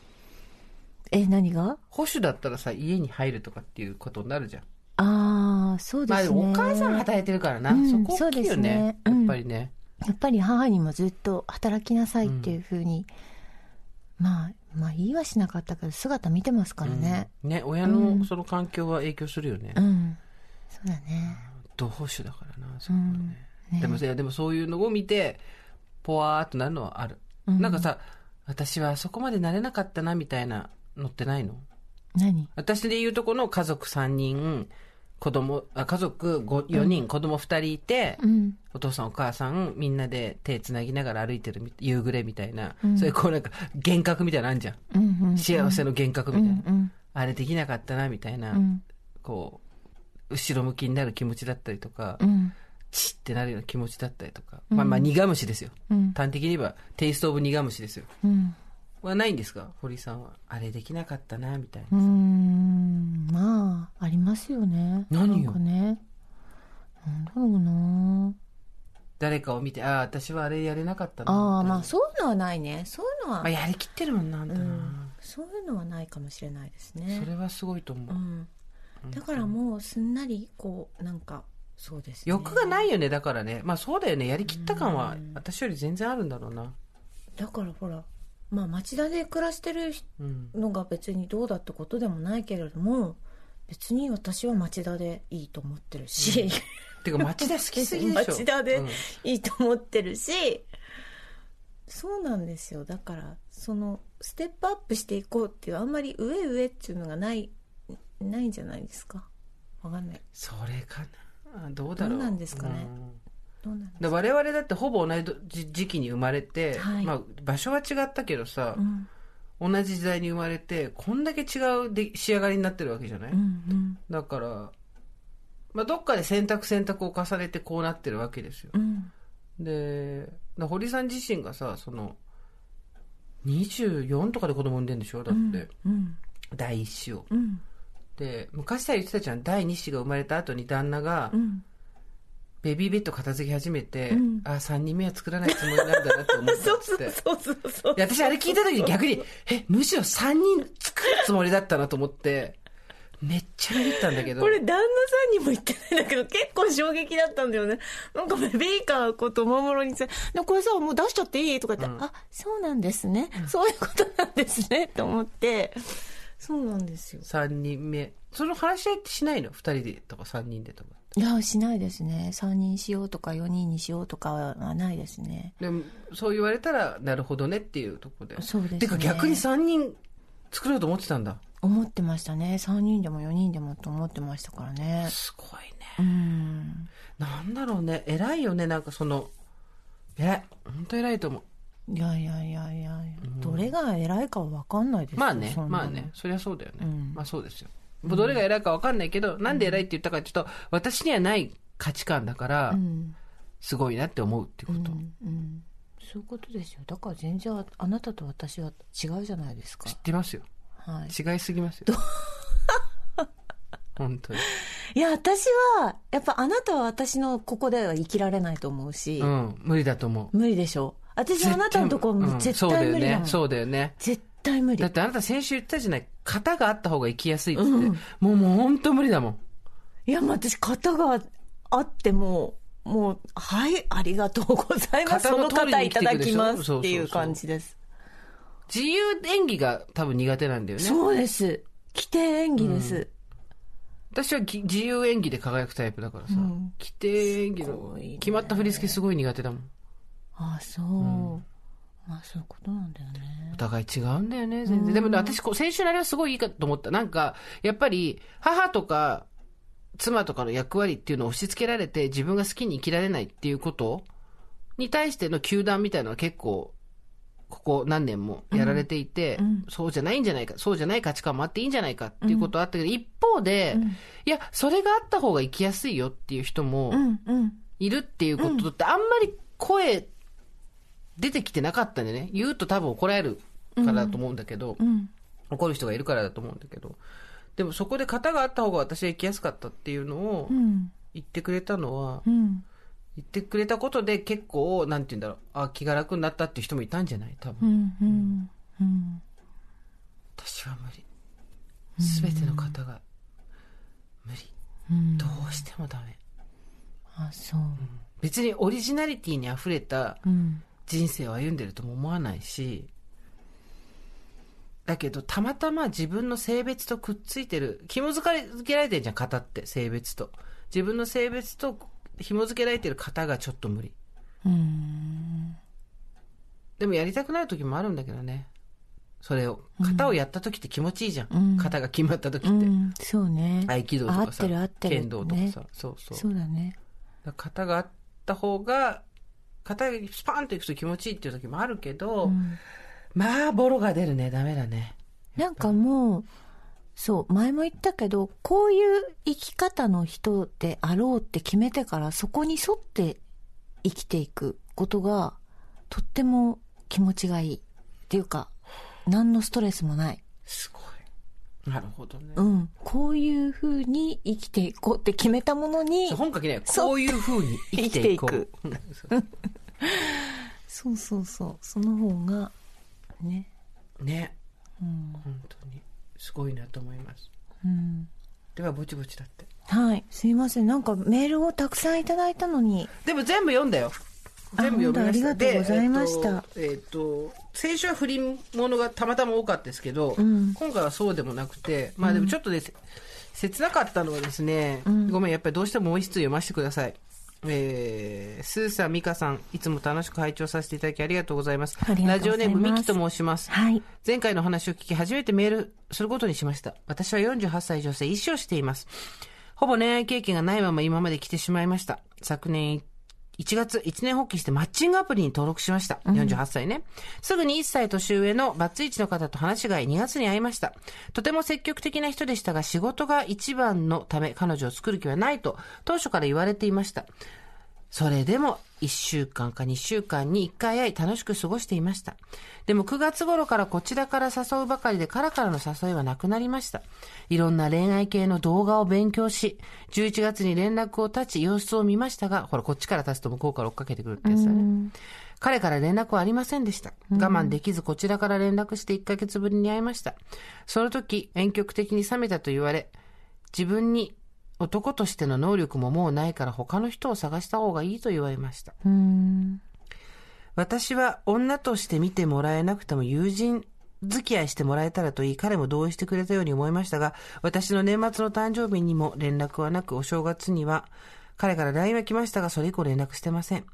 Speaker 1: え何が
Speaker 2: 保守だったらさ家に入るとかっていうことになるじゃん
Speaker 1: ああそうで
Speaker 2: まあです
Speaker 1: ね、
Speaker 2: もお母さん働いてるからな、
Speaker 1: うん
Speaker 2: そこ大きいよね
Speaker 1: そうですねうん
Speaker 2: やっぱりね、
Speaker 1: やっぱり母にもずっと働きなさいっていうふうに、まあまあ言いはしなかったけど姿見てますからね
Speaker 2: うんね親
Speaker 1: う
Speaker 2: の
Speaker 1: ん
Speaker 2: その環境は影響するよね、
Speaker 1: うん、そうだね
Speaker 2: ど保守だからなそこはね,、
Speaker 1: ね
Speaker 2: でもいやでもそういうのを見てポワーっとなるのはある、
Speaker 1: うん
Speaker 2: なんかさ私はあそこまでなれなかったなみたいなのってないの
Speaker 1: 何
Speaker 2: 私で言うとこの家族3人子供あ家族4人、子供2人いて、
Speaker 1: うん
Speaker 2: お父さんお母さんみんなで手つなぎながら歩いてるみ夕暮れみたいな、そういうこうなんか幻覚みたいなのあんじゃん、
Speaker 1: うんうん
Speaker 2: 幸せの幻覚み
Speaker 1: う
Speaker 2: たいな、
Speaker 1: んうん
Speaker 2: あれできなかったなみたいな、
Speaker 1: うん
Speaker 2: こう後ろ向きになる気持ちだったりとか、
Speaker 1: うん
Speaker 2: チッってなるような気持ちだったりとか、まあまあ苦虫ですよ
Speaker 1: うん
Speaker 2: 端的に言えばテイスト・オブ・苦虫ですよ
Speaker 1: うん
Speaker 2: はないんですか堀井さんはあれできなかったなみたいうな、
Speaker 1: ーんまあありますよね
Speaker 2: 何
Speaker 1: な
Speaker 2: よ
Speaker 1: んかねなんだろうな
Speaker 2: 誰かを見てああ私はあれやれなかったな
Speaker 1: ああまあ
Speaker 2: み
Speaker 1: そういうのはないねそういうのは、
Speaker 2: たいなまあやりきってるもんなあんたな、
Speaker 1: うんそういうのはないかもしれないですね
Speaker 2: それはすごいと思う、
Speaker 1: うん、だからもうすんなりこうなんかそうです、ね、
Speaker 2: 欲がないよねだからねまあそうだよねやりきった感は私より全然あるんだろうな
Speaker 1: だからほらまあ町田で暮らしてる
Speaker 2: うん
Speaker 1: のが別にどうだってことでもないけれども別に私は町田でいいと思ってるし、 [laughs]
Speaker 2: てか町田好きすぎでしょ
Speaker 1: 町田で
Speaker 2: うん
Speaker 1: いいと思ってるしそうなんですよだからそのステップアップしていこうっていうあんまり上上っていうのがないないんじゃないですかわかんない
Speaker 2: それかなあどうだろう
Speaker 1: どうなんですかね
Speaker 2: うん
Speaker 1: どうなんです
Speaker 2: で我々だってほぼ同じ時期に生まれて、
Speaker 1: はい
Speaker 2: まあ、場所は違ったけどさ
Speaker 1: う、ん
Speaker 2: 同じ時代に生まれてこんだけ違うで仕上がりになってるわけじゃない、
Speaker 1: うんうん
Speaker 2: だから、まあ、どっかで選択選択を重ねてこうなってるわけですよ
Speaker 1: うん
Speaker 2: でだ堀さん自身がさその24とかで子供産んでんでしょだって、
Speaker 1: うん
Speaker 2: 第一子を
Speaker 1: うん
Speaker 2: で昔さ言ってたじゃん第二子が生まれた後に旦那が
Speaker 1: うん
Speaker 2: ベビーベッド片付け始めて、
Speaker 1: うん
Speaker 2: あ3人目は作らないつもりなんだなって思ったっつって
Speaker 1: [laughs] そうそうそう
Speaker 2: いや私あれ聞いた時に逆に、え、むしろ3人作るつもりだったなと思って、めっちゃビビったんだけど。
Speaker 1: これ旦那さんにも言ってないんだけど結構衝撃だったんだよねなんかベビーカーことおもむろにさ「でもこれさもう出しちゃっていい?」とか言って「
Speaker 2: うん
Speaker 1: あそうなんですね、そういうことなんですね」と思ってそうなんですよ
Speaker 2: 3人目。その話し合いってしないの ?2 人でとか3人でとか。
Speaker 1: いやしないですね3人しようとか4人にしようとかはないですね
Speaker 2: でも、そう言われたら、なるほどねっていうとこで。
Speaker 1: そうですね
Speaker 2: てか逆に3人作ろうと思ってたんだ。
Speaker 1: 思ってましたね3人でも4人でもと思ってましたからね
Speaker 2: すごいね。
Speaker 1: うん
Speaker 2: なんだろうね。偉いよね。なんかその、偉い。本当偉いと思う。
Speaker 1: いやいやいやいやいやどれが偉いかは分かんないですよ
Speaker 2: まあね
Speaker 1: そ、んな
Speaker 2: ま
Speaker 1: の
Speaker 2: あね、そりゃそうだよね。
Speaker 1: うん
Speaker 2: まあそうですよ。もうどれが偉いかわかんないけど、なんで偉いって言ったかちょっと、私にはない価値観だから、
Speaker 1: うん
Speaker 2: すごいなって思うってこと。
Speaker 1: うんうん、そういうことですよだから全然ああなたと私は違うじゃないですか
Speaker 2: 知っ、てますよ。
Speaker 1: はい、
Speaker 2: 違いすぎますよ。本当に。
Speaker 1: いや私はやっぱあなたは私のここでは生きられないと思うし、
Speaker 2: うん、無理だと思う。
Speaker 1: 無理でしょ私はあなたのとこ
Speaker 2: うん
Speaker 1: 絶対無理だもん、
Speaker 2: そうだよね。
Speaker 1: 絶対無
Speaker 2: そうだよね。だ
Speaker 1: 理
Speaker 2: ってあなた先週言ったじゃない、型があった方が生きやすいっつって。もうもう本当無理だもん。
Speaker 1: いやもう私型があってもうもうはいありがとうございます
Speaker 2: 型
Speaker 1: そ
Speaker 2: の
Speaker 1: の
Speaker 2: 通りに
Speaker 1: 方い
Speaker 2: 生き
Speaker 1: た
Speaker 2: ていく
Speaker 1: だ
Speaker 2: で
Speaker 1: き
Speaker 2: しょ
Speaker 1: ますってい
Speaker 2: そうそう
Speaker 1: う
Speaker 2: そう
Speaker 1: 感じです
Speaker 2: 自由演技が多分苦手なんだよね。
Speaker 1: そうです規定演技です、
Speaker 2: 私はぎ自由演技で輝くタイプだからさ、
Speaker 1: うん
Speaker 2: 規定演技
Speaker 1: す
Speaker 2: の
Speaker 1: ごいね
Speaker 2: 決まった振り付けすごい苦手だもん、
Speaker 1: ああそう、まあそういうことなんだよね
Speaker 2: お互い違うんだよね全然、でもね私こう先週のあれはすごいいいかと思ったなんかやっぱり母とか妻とかの役割っていうのを押し付けられて自分が好きに生きられないっていうことに対しての球団みたいなのは結構、ここ何年もやられていて、
Speaker 1: うん
Speaker 2: そうじゃないんじゃないか、そうじゃない価値観もあっていいんじゃないかっていうことはあったけど、一方で、
Speaker 1: うん
Speaker 2: いや、それがあった方が生きやすいよっていう人も
Speaker 1: うんうん
Speaker 2: いるっていうことって、あんまり声出てきてなかったんでね、言うと多分怒られるからだと思うんだけど、
Speaker 1: うん
Speaker 2: 怒る人がいるからだと思うんだけど、でもそこで型があった方が私は生きやすかったっていうのを
Speaker 1: うん
Speaker 2: 言ってくれたのは、
Speaker 1: うん
Speaker 2: 言ってくれたことで結構、なんて言うんだろう、あ、気が楽になったっていう人もいたんじゃない多分。
Speaker 1: うんうんうん
Speaker 2: 私は無理。すべての方が無理。
Speaker 1: うん
Speaker 2: どうしてもダメ。
Speaker 1: あそう
Speaker 2: 別にオリジナリティに溢れた
Speaker 1: うん
Speaker 2: 人生を歩んでるとも思わないし、だけど、たまたま自分の性別とくっついてる、紐づかれづけられてるじゃん、型って、性別と。自分の性別と紐づけられてる方がちょっと無理。
Speaker 1: うん
Speaker 2: でもやりたくなる時もあるんだけどね。それを。型をやった時って気持ちいいじゃん。
Speaker 1: うん
Speaker 2: 型が決まった時って。
Speaker 1: うんそうね
Speaker 2: 合気道とかさ。
Speaker 1: 合ってる合ってる
Speaker 2: 剣道とか
Speaker 1: ね
Speaker 2: さ。そうそう。
Speaker 1: そうだね
Speaker 2: だから型があった方が、型がスパーンといくと気持ちいいっていう時もあるけど、
Speaker 1: うん
Speaker 2: まあ、ボロが出るね。ダメだね。
Speaker 1: なんかもう、そう、前も言ったけど、こういう生き方の人であろうって決めてから、そこに沿って生きていくことが、とっても気持ちがいい。っていうか、何のストレスもない。
Speaker 2: すごい。なるほどね。
Speaker 1: うん。こういう風に生きていこうって決めたものに、
Speaker 2: 本書きね、
Speaker 1: そう
Speaker 2: こういう風に生きていこう。
Speaker 1: そうそうそう、その方が、ね。
Speaker 2: [laughs] ね、
Speaker 1: うん。
Speaker 2: 本当に。すごいなと思います。
Speaker 1: うん。
Speaker 2: では、ぼちぼちだって。
Speaker 1: はい。すいません。なんかメールをたくさんいただいたのに、
Speaker 2: でも全部読んだよ。全部読み
Speaker 1: あ本
Speaker 2: ました。
Speaker 1: 当ありがとうございました
Speaker 2: でえっ、と、えっと先週は不倫ものがたまたま多かったですけど、
Speaker 1: ん
Speaker 2: 今回はそうでもなくて、まあでもちょっとです、切なかったのはですね、ごめん、やっぱりどうしてももう一通読ませてください。えー、スーサミカさん、いつも楽しく拝聴させていただきありがとうございます。
Speaker 1: ありがとうございます
Speaker 2: ラジオネームミキと申します。
Speaker 1: はい。
Speaker 2: 前回のお話を聞き初めてメールすることにしました。私は48歳女性、一生しています。ほぼ恋愛経験がないまま今まで来てしまいました。昨年1月、一年放棄してマッチングアプリに登録しました。48歳ね。すぐに1歳年上のバツイチの方と話が合い2月に会いました。とても積極的な人でしたが仕事が一番のため彼女を作る気はないと当初から言われていました。それでも1週間か2週間に1回会い楽しく過ごしていました。でも9月頃からこちらから誘うばかりでカラからの誘いはなくなりました。いろんな恋愛系の動画を勉強し、11月に連絡を絶ち様子を見ましたが、ほらこっちから立つと向こうから追っかけてくるってやつだね。彼から連絡はありませんでした。我慢できずこちらから連絡して1ヶ月ぶりに会いました。その時、遠曲的に冷めたと言われ、自分に男としての能力ももうないから他の人を探した方がいいと言われました。
Speaker 1: うん。
Speaker 2: 私は女として見てもらえなくても友人付き合いしてもらえたらといい、彼も同意してくれたように思いましたが、私の年末の誕生日にも連絡はなく、お正月には、彼から LINE は来ましたが、それ以降連絡してません。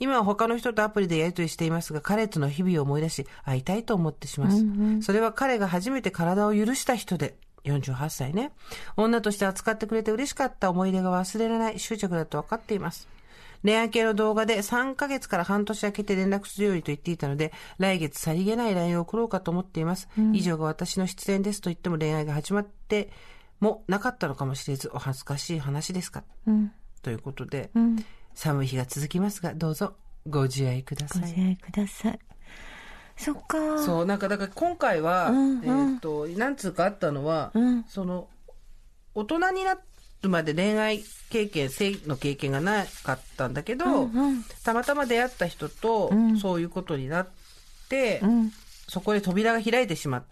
Speaker 2: 今は他の人とアプリでやりとりしていますが、彼との日々を思い出し、会いたいと思ってします。それは彼が初めて体を許した人で、48歳ね。女として扱ってくれて嬉しかった思い出が忘れられない執着だと分かっています。恋愛系の動画で3ヶ月から半年空けて連絡するようにと言っていたので、来月さりげない LINE を送ろうかと思っています。以上が私の出演ですと言っても恋愛が始まってもなかったのかもしれず、お恥ずかしい話ですか。
Speaker 1: うん。
Speaker 2: ということで、
Speaker 1: うん。
Speaker 2: 寒い日が続きますが、どうぞご自愛くだ
Speaker 1: ご
Speaker 2: さ
Speaker 1: 自
Speaker 2: い。
Speaker 1: 愛ください。そっか。
Speaker 2: そう、なんか、だから今回は、
Speaker 1: うんうん
Speaker 2: えっ、と、なんつうかあったのは、
Speaker 1: うん
Speaker 2: その、大人になるまで恋愛経験、性の経験がなかったんだけど、
Speaker 1: うん。
Speaker 2: たまたま出会った人と、
Speaker 1: うん
Speaker 2: そういうことになって、
Speaker 1: うん。
Speaker 2: そこで扉が開いてしまっ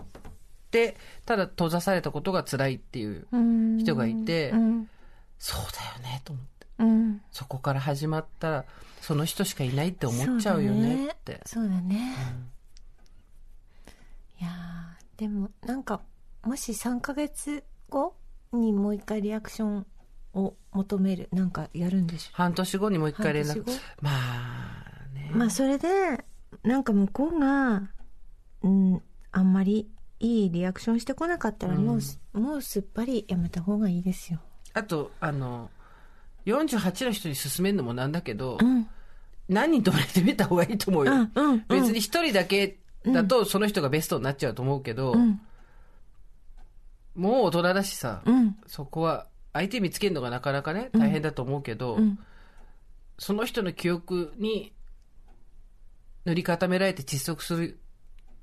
Speaker 2: て、ただ閉ざされたことが辛いっていう
Speaker 1: うん。
Speaker 2: 人がいて、
Speaker 1: うん。
Speaker 2: そうだよね、と思って。
Speaker 1: うん。
Speaker 2: そこから始まったら、その人しかいないって思っちゃうよねって。
Speaker 1: そうだね。いやーでも、なんか、もし3ヶ月後にもう一回リアクションを求める、なんかやるんでしょ
Speaker 2: 半年後にもう一回連
Speaker 1: 半
Speaker 2: 絡
Speaker 1: 年後。
Speaker 2: まあね。
Speaker 1: まあ、それで、なんか向こうが、うん、あんまりいいリアクションしてこなかったら、もうす、もうすっぱりやめた方がいいですよ。
Speaker 2: あと、あの、48の人に勧めるのもなんだけど、
Speaker 1: うん。
Speaker 2: 何人泊まれてみた方がいいと思うよ。
Speaker 1: うんうんうん
Speaker 2: 別に一人だけだとその人がベストになっちゃうと思うけど、
Speaker 1: うん
Speaker 2: もう大人だしさ、
Speaker 1: うん
Speaker 2: そこは相手見つけるのがなかなかね大変だと思うけど、
Speaker 1: うん
Speaker 2: その人の記憶に塗り固められて窒息する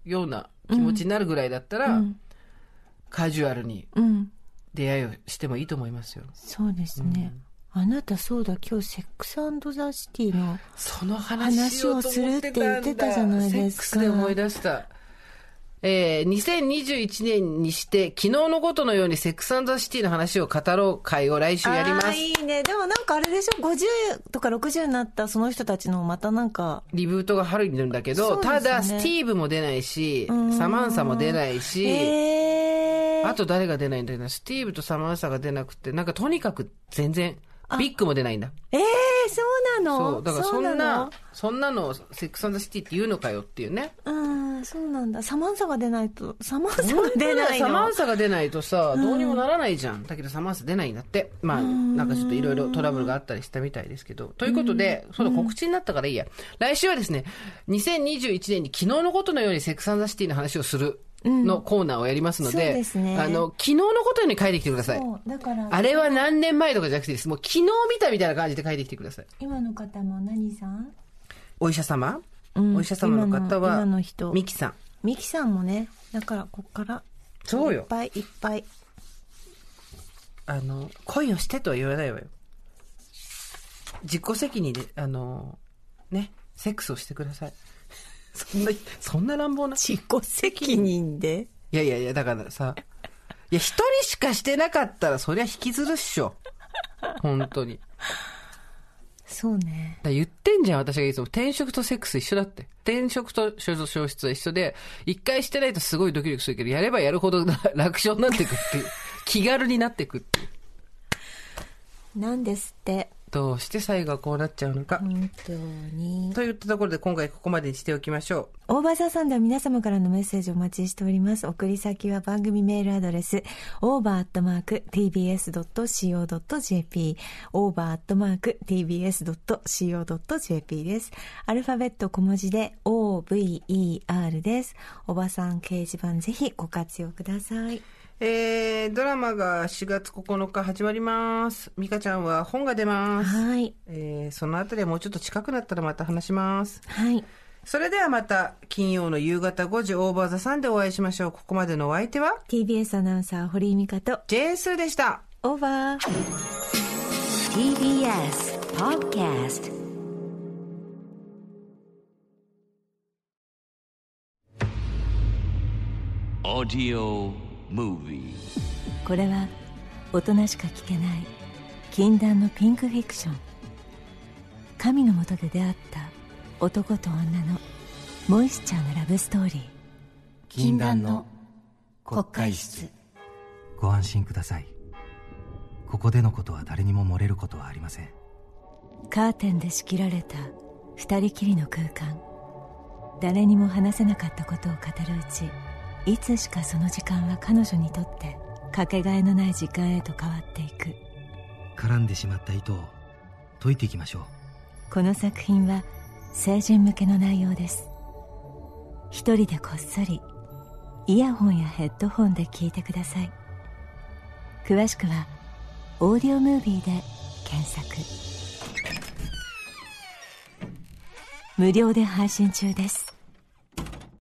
Speaker 2: ような気持ちになるぐらいだったら、
Speaker 1: うん
Speaker 2: カジュアルに
Speaker 1: うん
Speaker 2: 出会いをしてもいいと思いますよ。
Speaker 1: そうですね、あなたそうだ今日セックスザシティの
Speaker 2: その話を
Speaker 1: 話をするって言ってたじゃないですか
Speaker 2: セックスで思い出した。えー、2021年にして、昨日のことのようにセックスザシティの話を語ろう会を来週やりま
Speaker 1: あー
Speaker 2: す。
Speaker 1: いいねでもなんかあれでしょ50とか60になったその人たちのまたなんか
Speaker 2: リブートが春に出るんだけど、
Speaker 1: そうです
Speaker 2: た
Speaker 1: ね
Speaker 2: だスティーブも出ないし、サマンサも出ないし、
Speaker 1: えー、
Speaker 2: あと誰が出ないんだよな、スティーブとサマンサが出なくて、なんかとにかく全然、ビッグも出ないんだ。
Speaker 1: えー、そうなの
Speaker 2: そう、だからそん
Speaker 1: う
Speaker 2: な
Speaker 1: の、
Speaker 2: そんなのをセックスザシティって言うのかよっていうね。
Speaker 1: うんそうなんだサマンサが出ないとサマンサが出ないの
Speaker 2: サマンサが出ないとさ、どうにもならないじゃん。だけどサマンサ出ないんだって。まあ、なんかちょっといろいろトラブルがあったりしたみたいですけど。ということで、その告知になったからいいや。来週はですね、2021年に昨日のことのようにセックスザシティの話をするのコーナーをやりますので、
Speaker 1: そうですね
Speaker 2: あの、昨日のことのように書いてきてください。
Speaker 1: そうだから
Speaker 2: あれは何年前とかじゃなくていいです。もう昨日見たみたいな感じで書いてきてください。
Speaker 1: 今の方も何さん
Speaker 2: お医者様、お医者様の方
Speaker 1: 今の
Speaker 2: は
Speaker 1: 今の人、
Speaker 2: ミキさん。
Speaker 1: ミキさんもねだからこっから
Speaker 2: そう
Speaker 1: い
Speaker 2: よ
Speaker 1: っ。ぱいいっぱい
Speaker 2: あの、恋をしてとは言わないわよ。自己責任で、あの、ね、セックスをしてください。 [laughs] そんな、そんな乱暴な。い
Speaker 1: 自己責任で
Speaker 2: やいやいや、だからさ、いや、一人しかしてなかったら、そりゃ引きずるっしょ。本当に。だか
Speaker 1: そうね
Speaker 2: ら言ってんじゃん、私がいつも。転職とセックス一緒だって。転職と所属消失は一緒で、一回してないとすごいドキドキするけど、やればやるほどな楽勝になってくっていう。気軽になってくっていう。
Speaker 1: なんですって
Speaker 2: どうして最後はこうなっちゃうのか。
Speaker 1: 本当に
Speaker 2: といったところで今回ここまでにしておきましょ
Speaker 1: オーバーザさんでは皆様からのメッセージをお待ちしております。送り先は番組メールアドレス、over.tbs.co.jp、over.tbs.co.jp です。アルファベット小文字で over です。おばさん掲示板ぜひご活用ください。
Speaker 2: う。えー、ドラマが4月9日始まります。美香ちゃんは本が出ます。
Speaker 1: はい。
Speaker 2: えー、そのあたりはもうちょっと近くなったらまた話します。
Speaker 1: はい。
Speaker 2: それではまた金曜の夕方5時オーバーザさんでお会いしましょう。ここまでのお相手は
Speaker 1: TBS アナウンサー堀井美香と、
Speaker 2: ジェーンスーでした。
Speaker 1: オーバー。
Speaker 4: TBS Podcast
Speaker 5: Audio Movie.
Speaker 1: これは大人しか聞けない禁断のピンクフィクション神のもとで出会った男と女のモイスチャーなラブストーリー
Speaker 6: 禁断の国会室ご安心くださいここでのことは誰にも漏れることはありません
Speaker 1: カーテンで仕切られた二人きりの空間誰にも話せなかったことを語るうちいつしかその時間は彼女にとってかけがえのない時間へと変わっていく
Speaker 6: 絡んでしまった糸を解いていきましょう
Speaker 1: この作品は成人向けの内容です一人でこっそりイヤホンやヘッドホンで聞いてください詳しくは「オーディオムービー」で検索無料で配信中です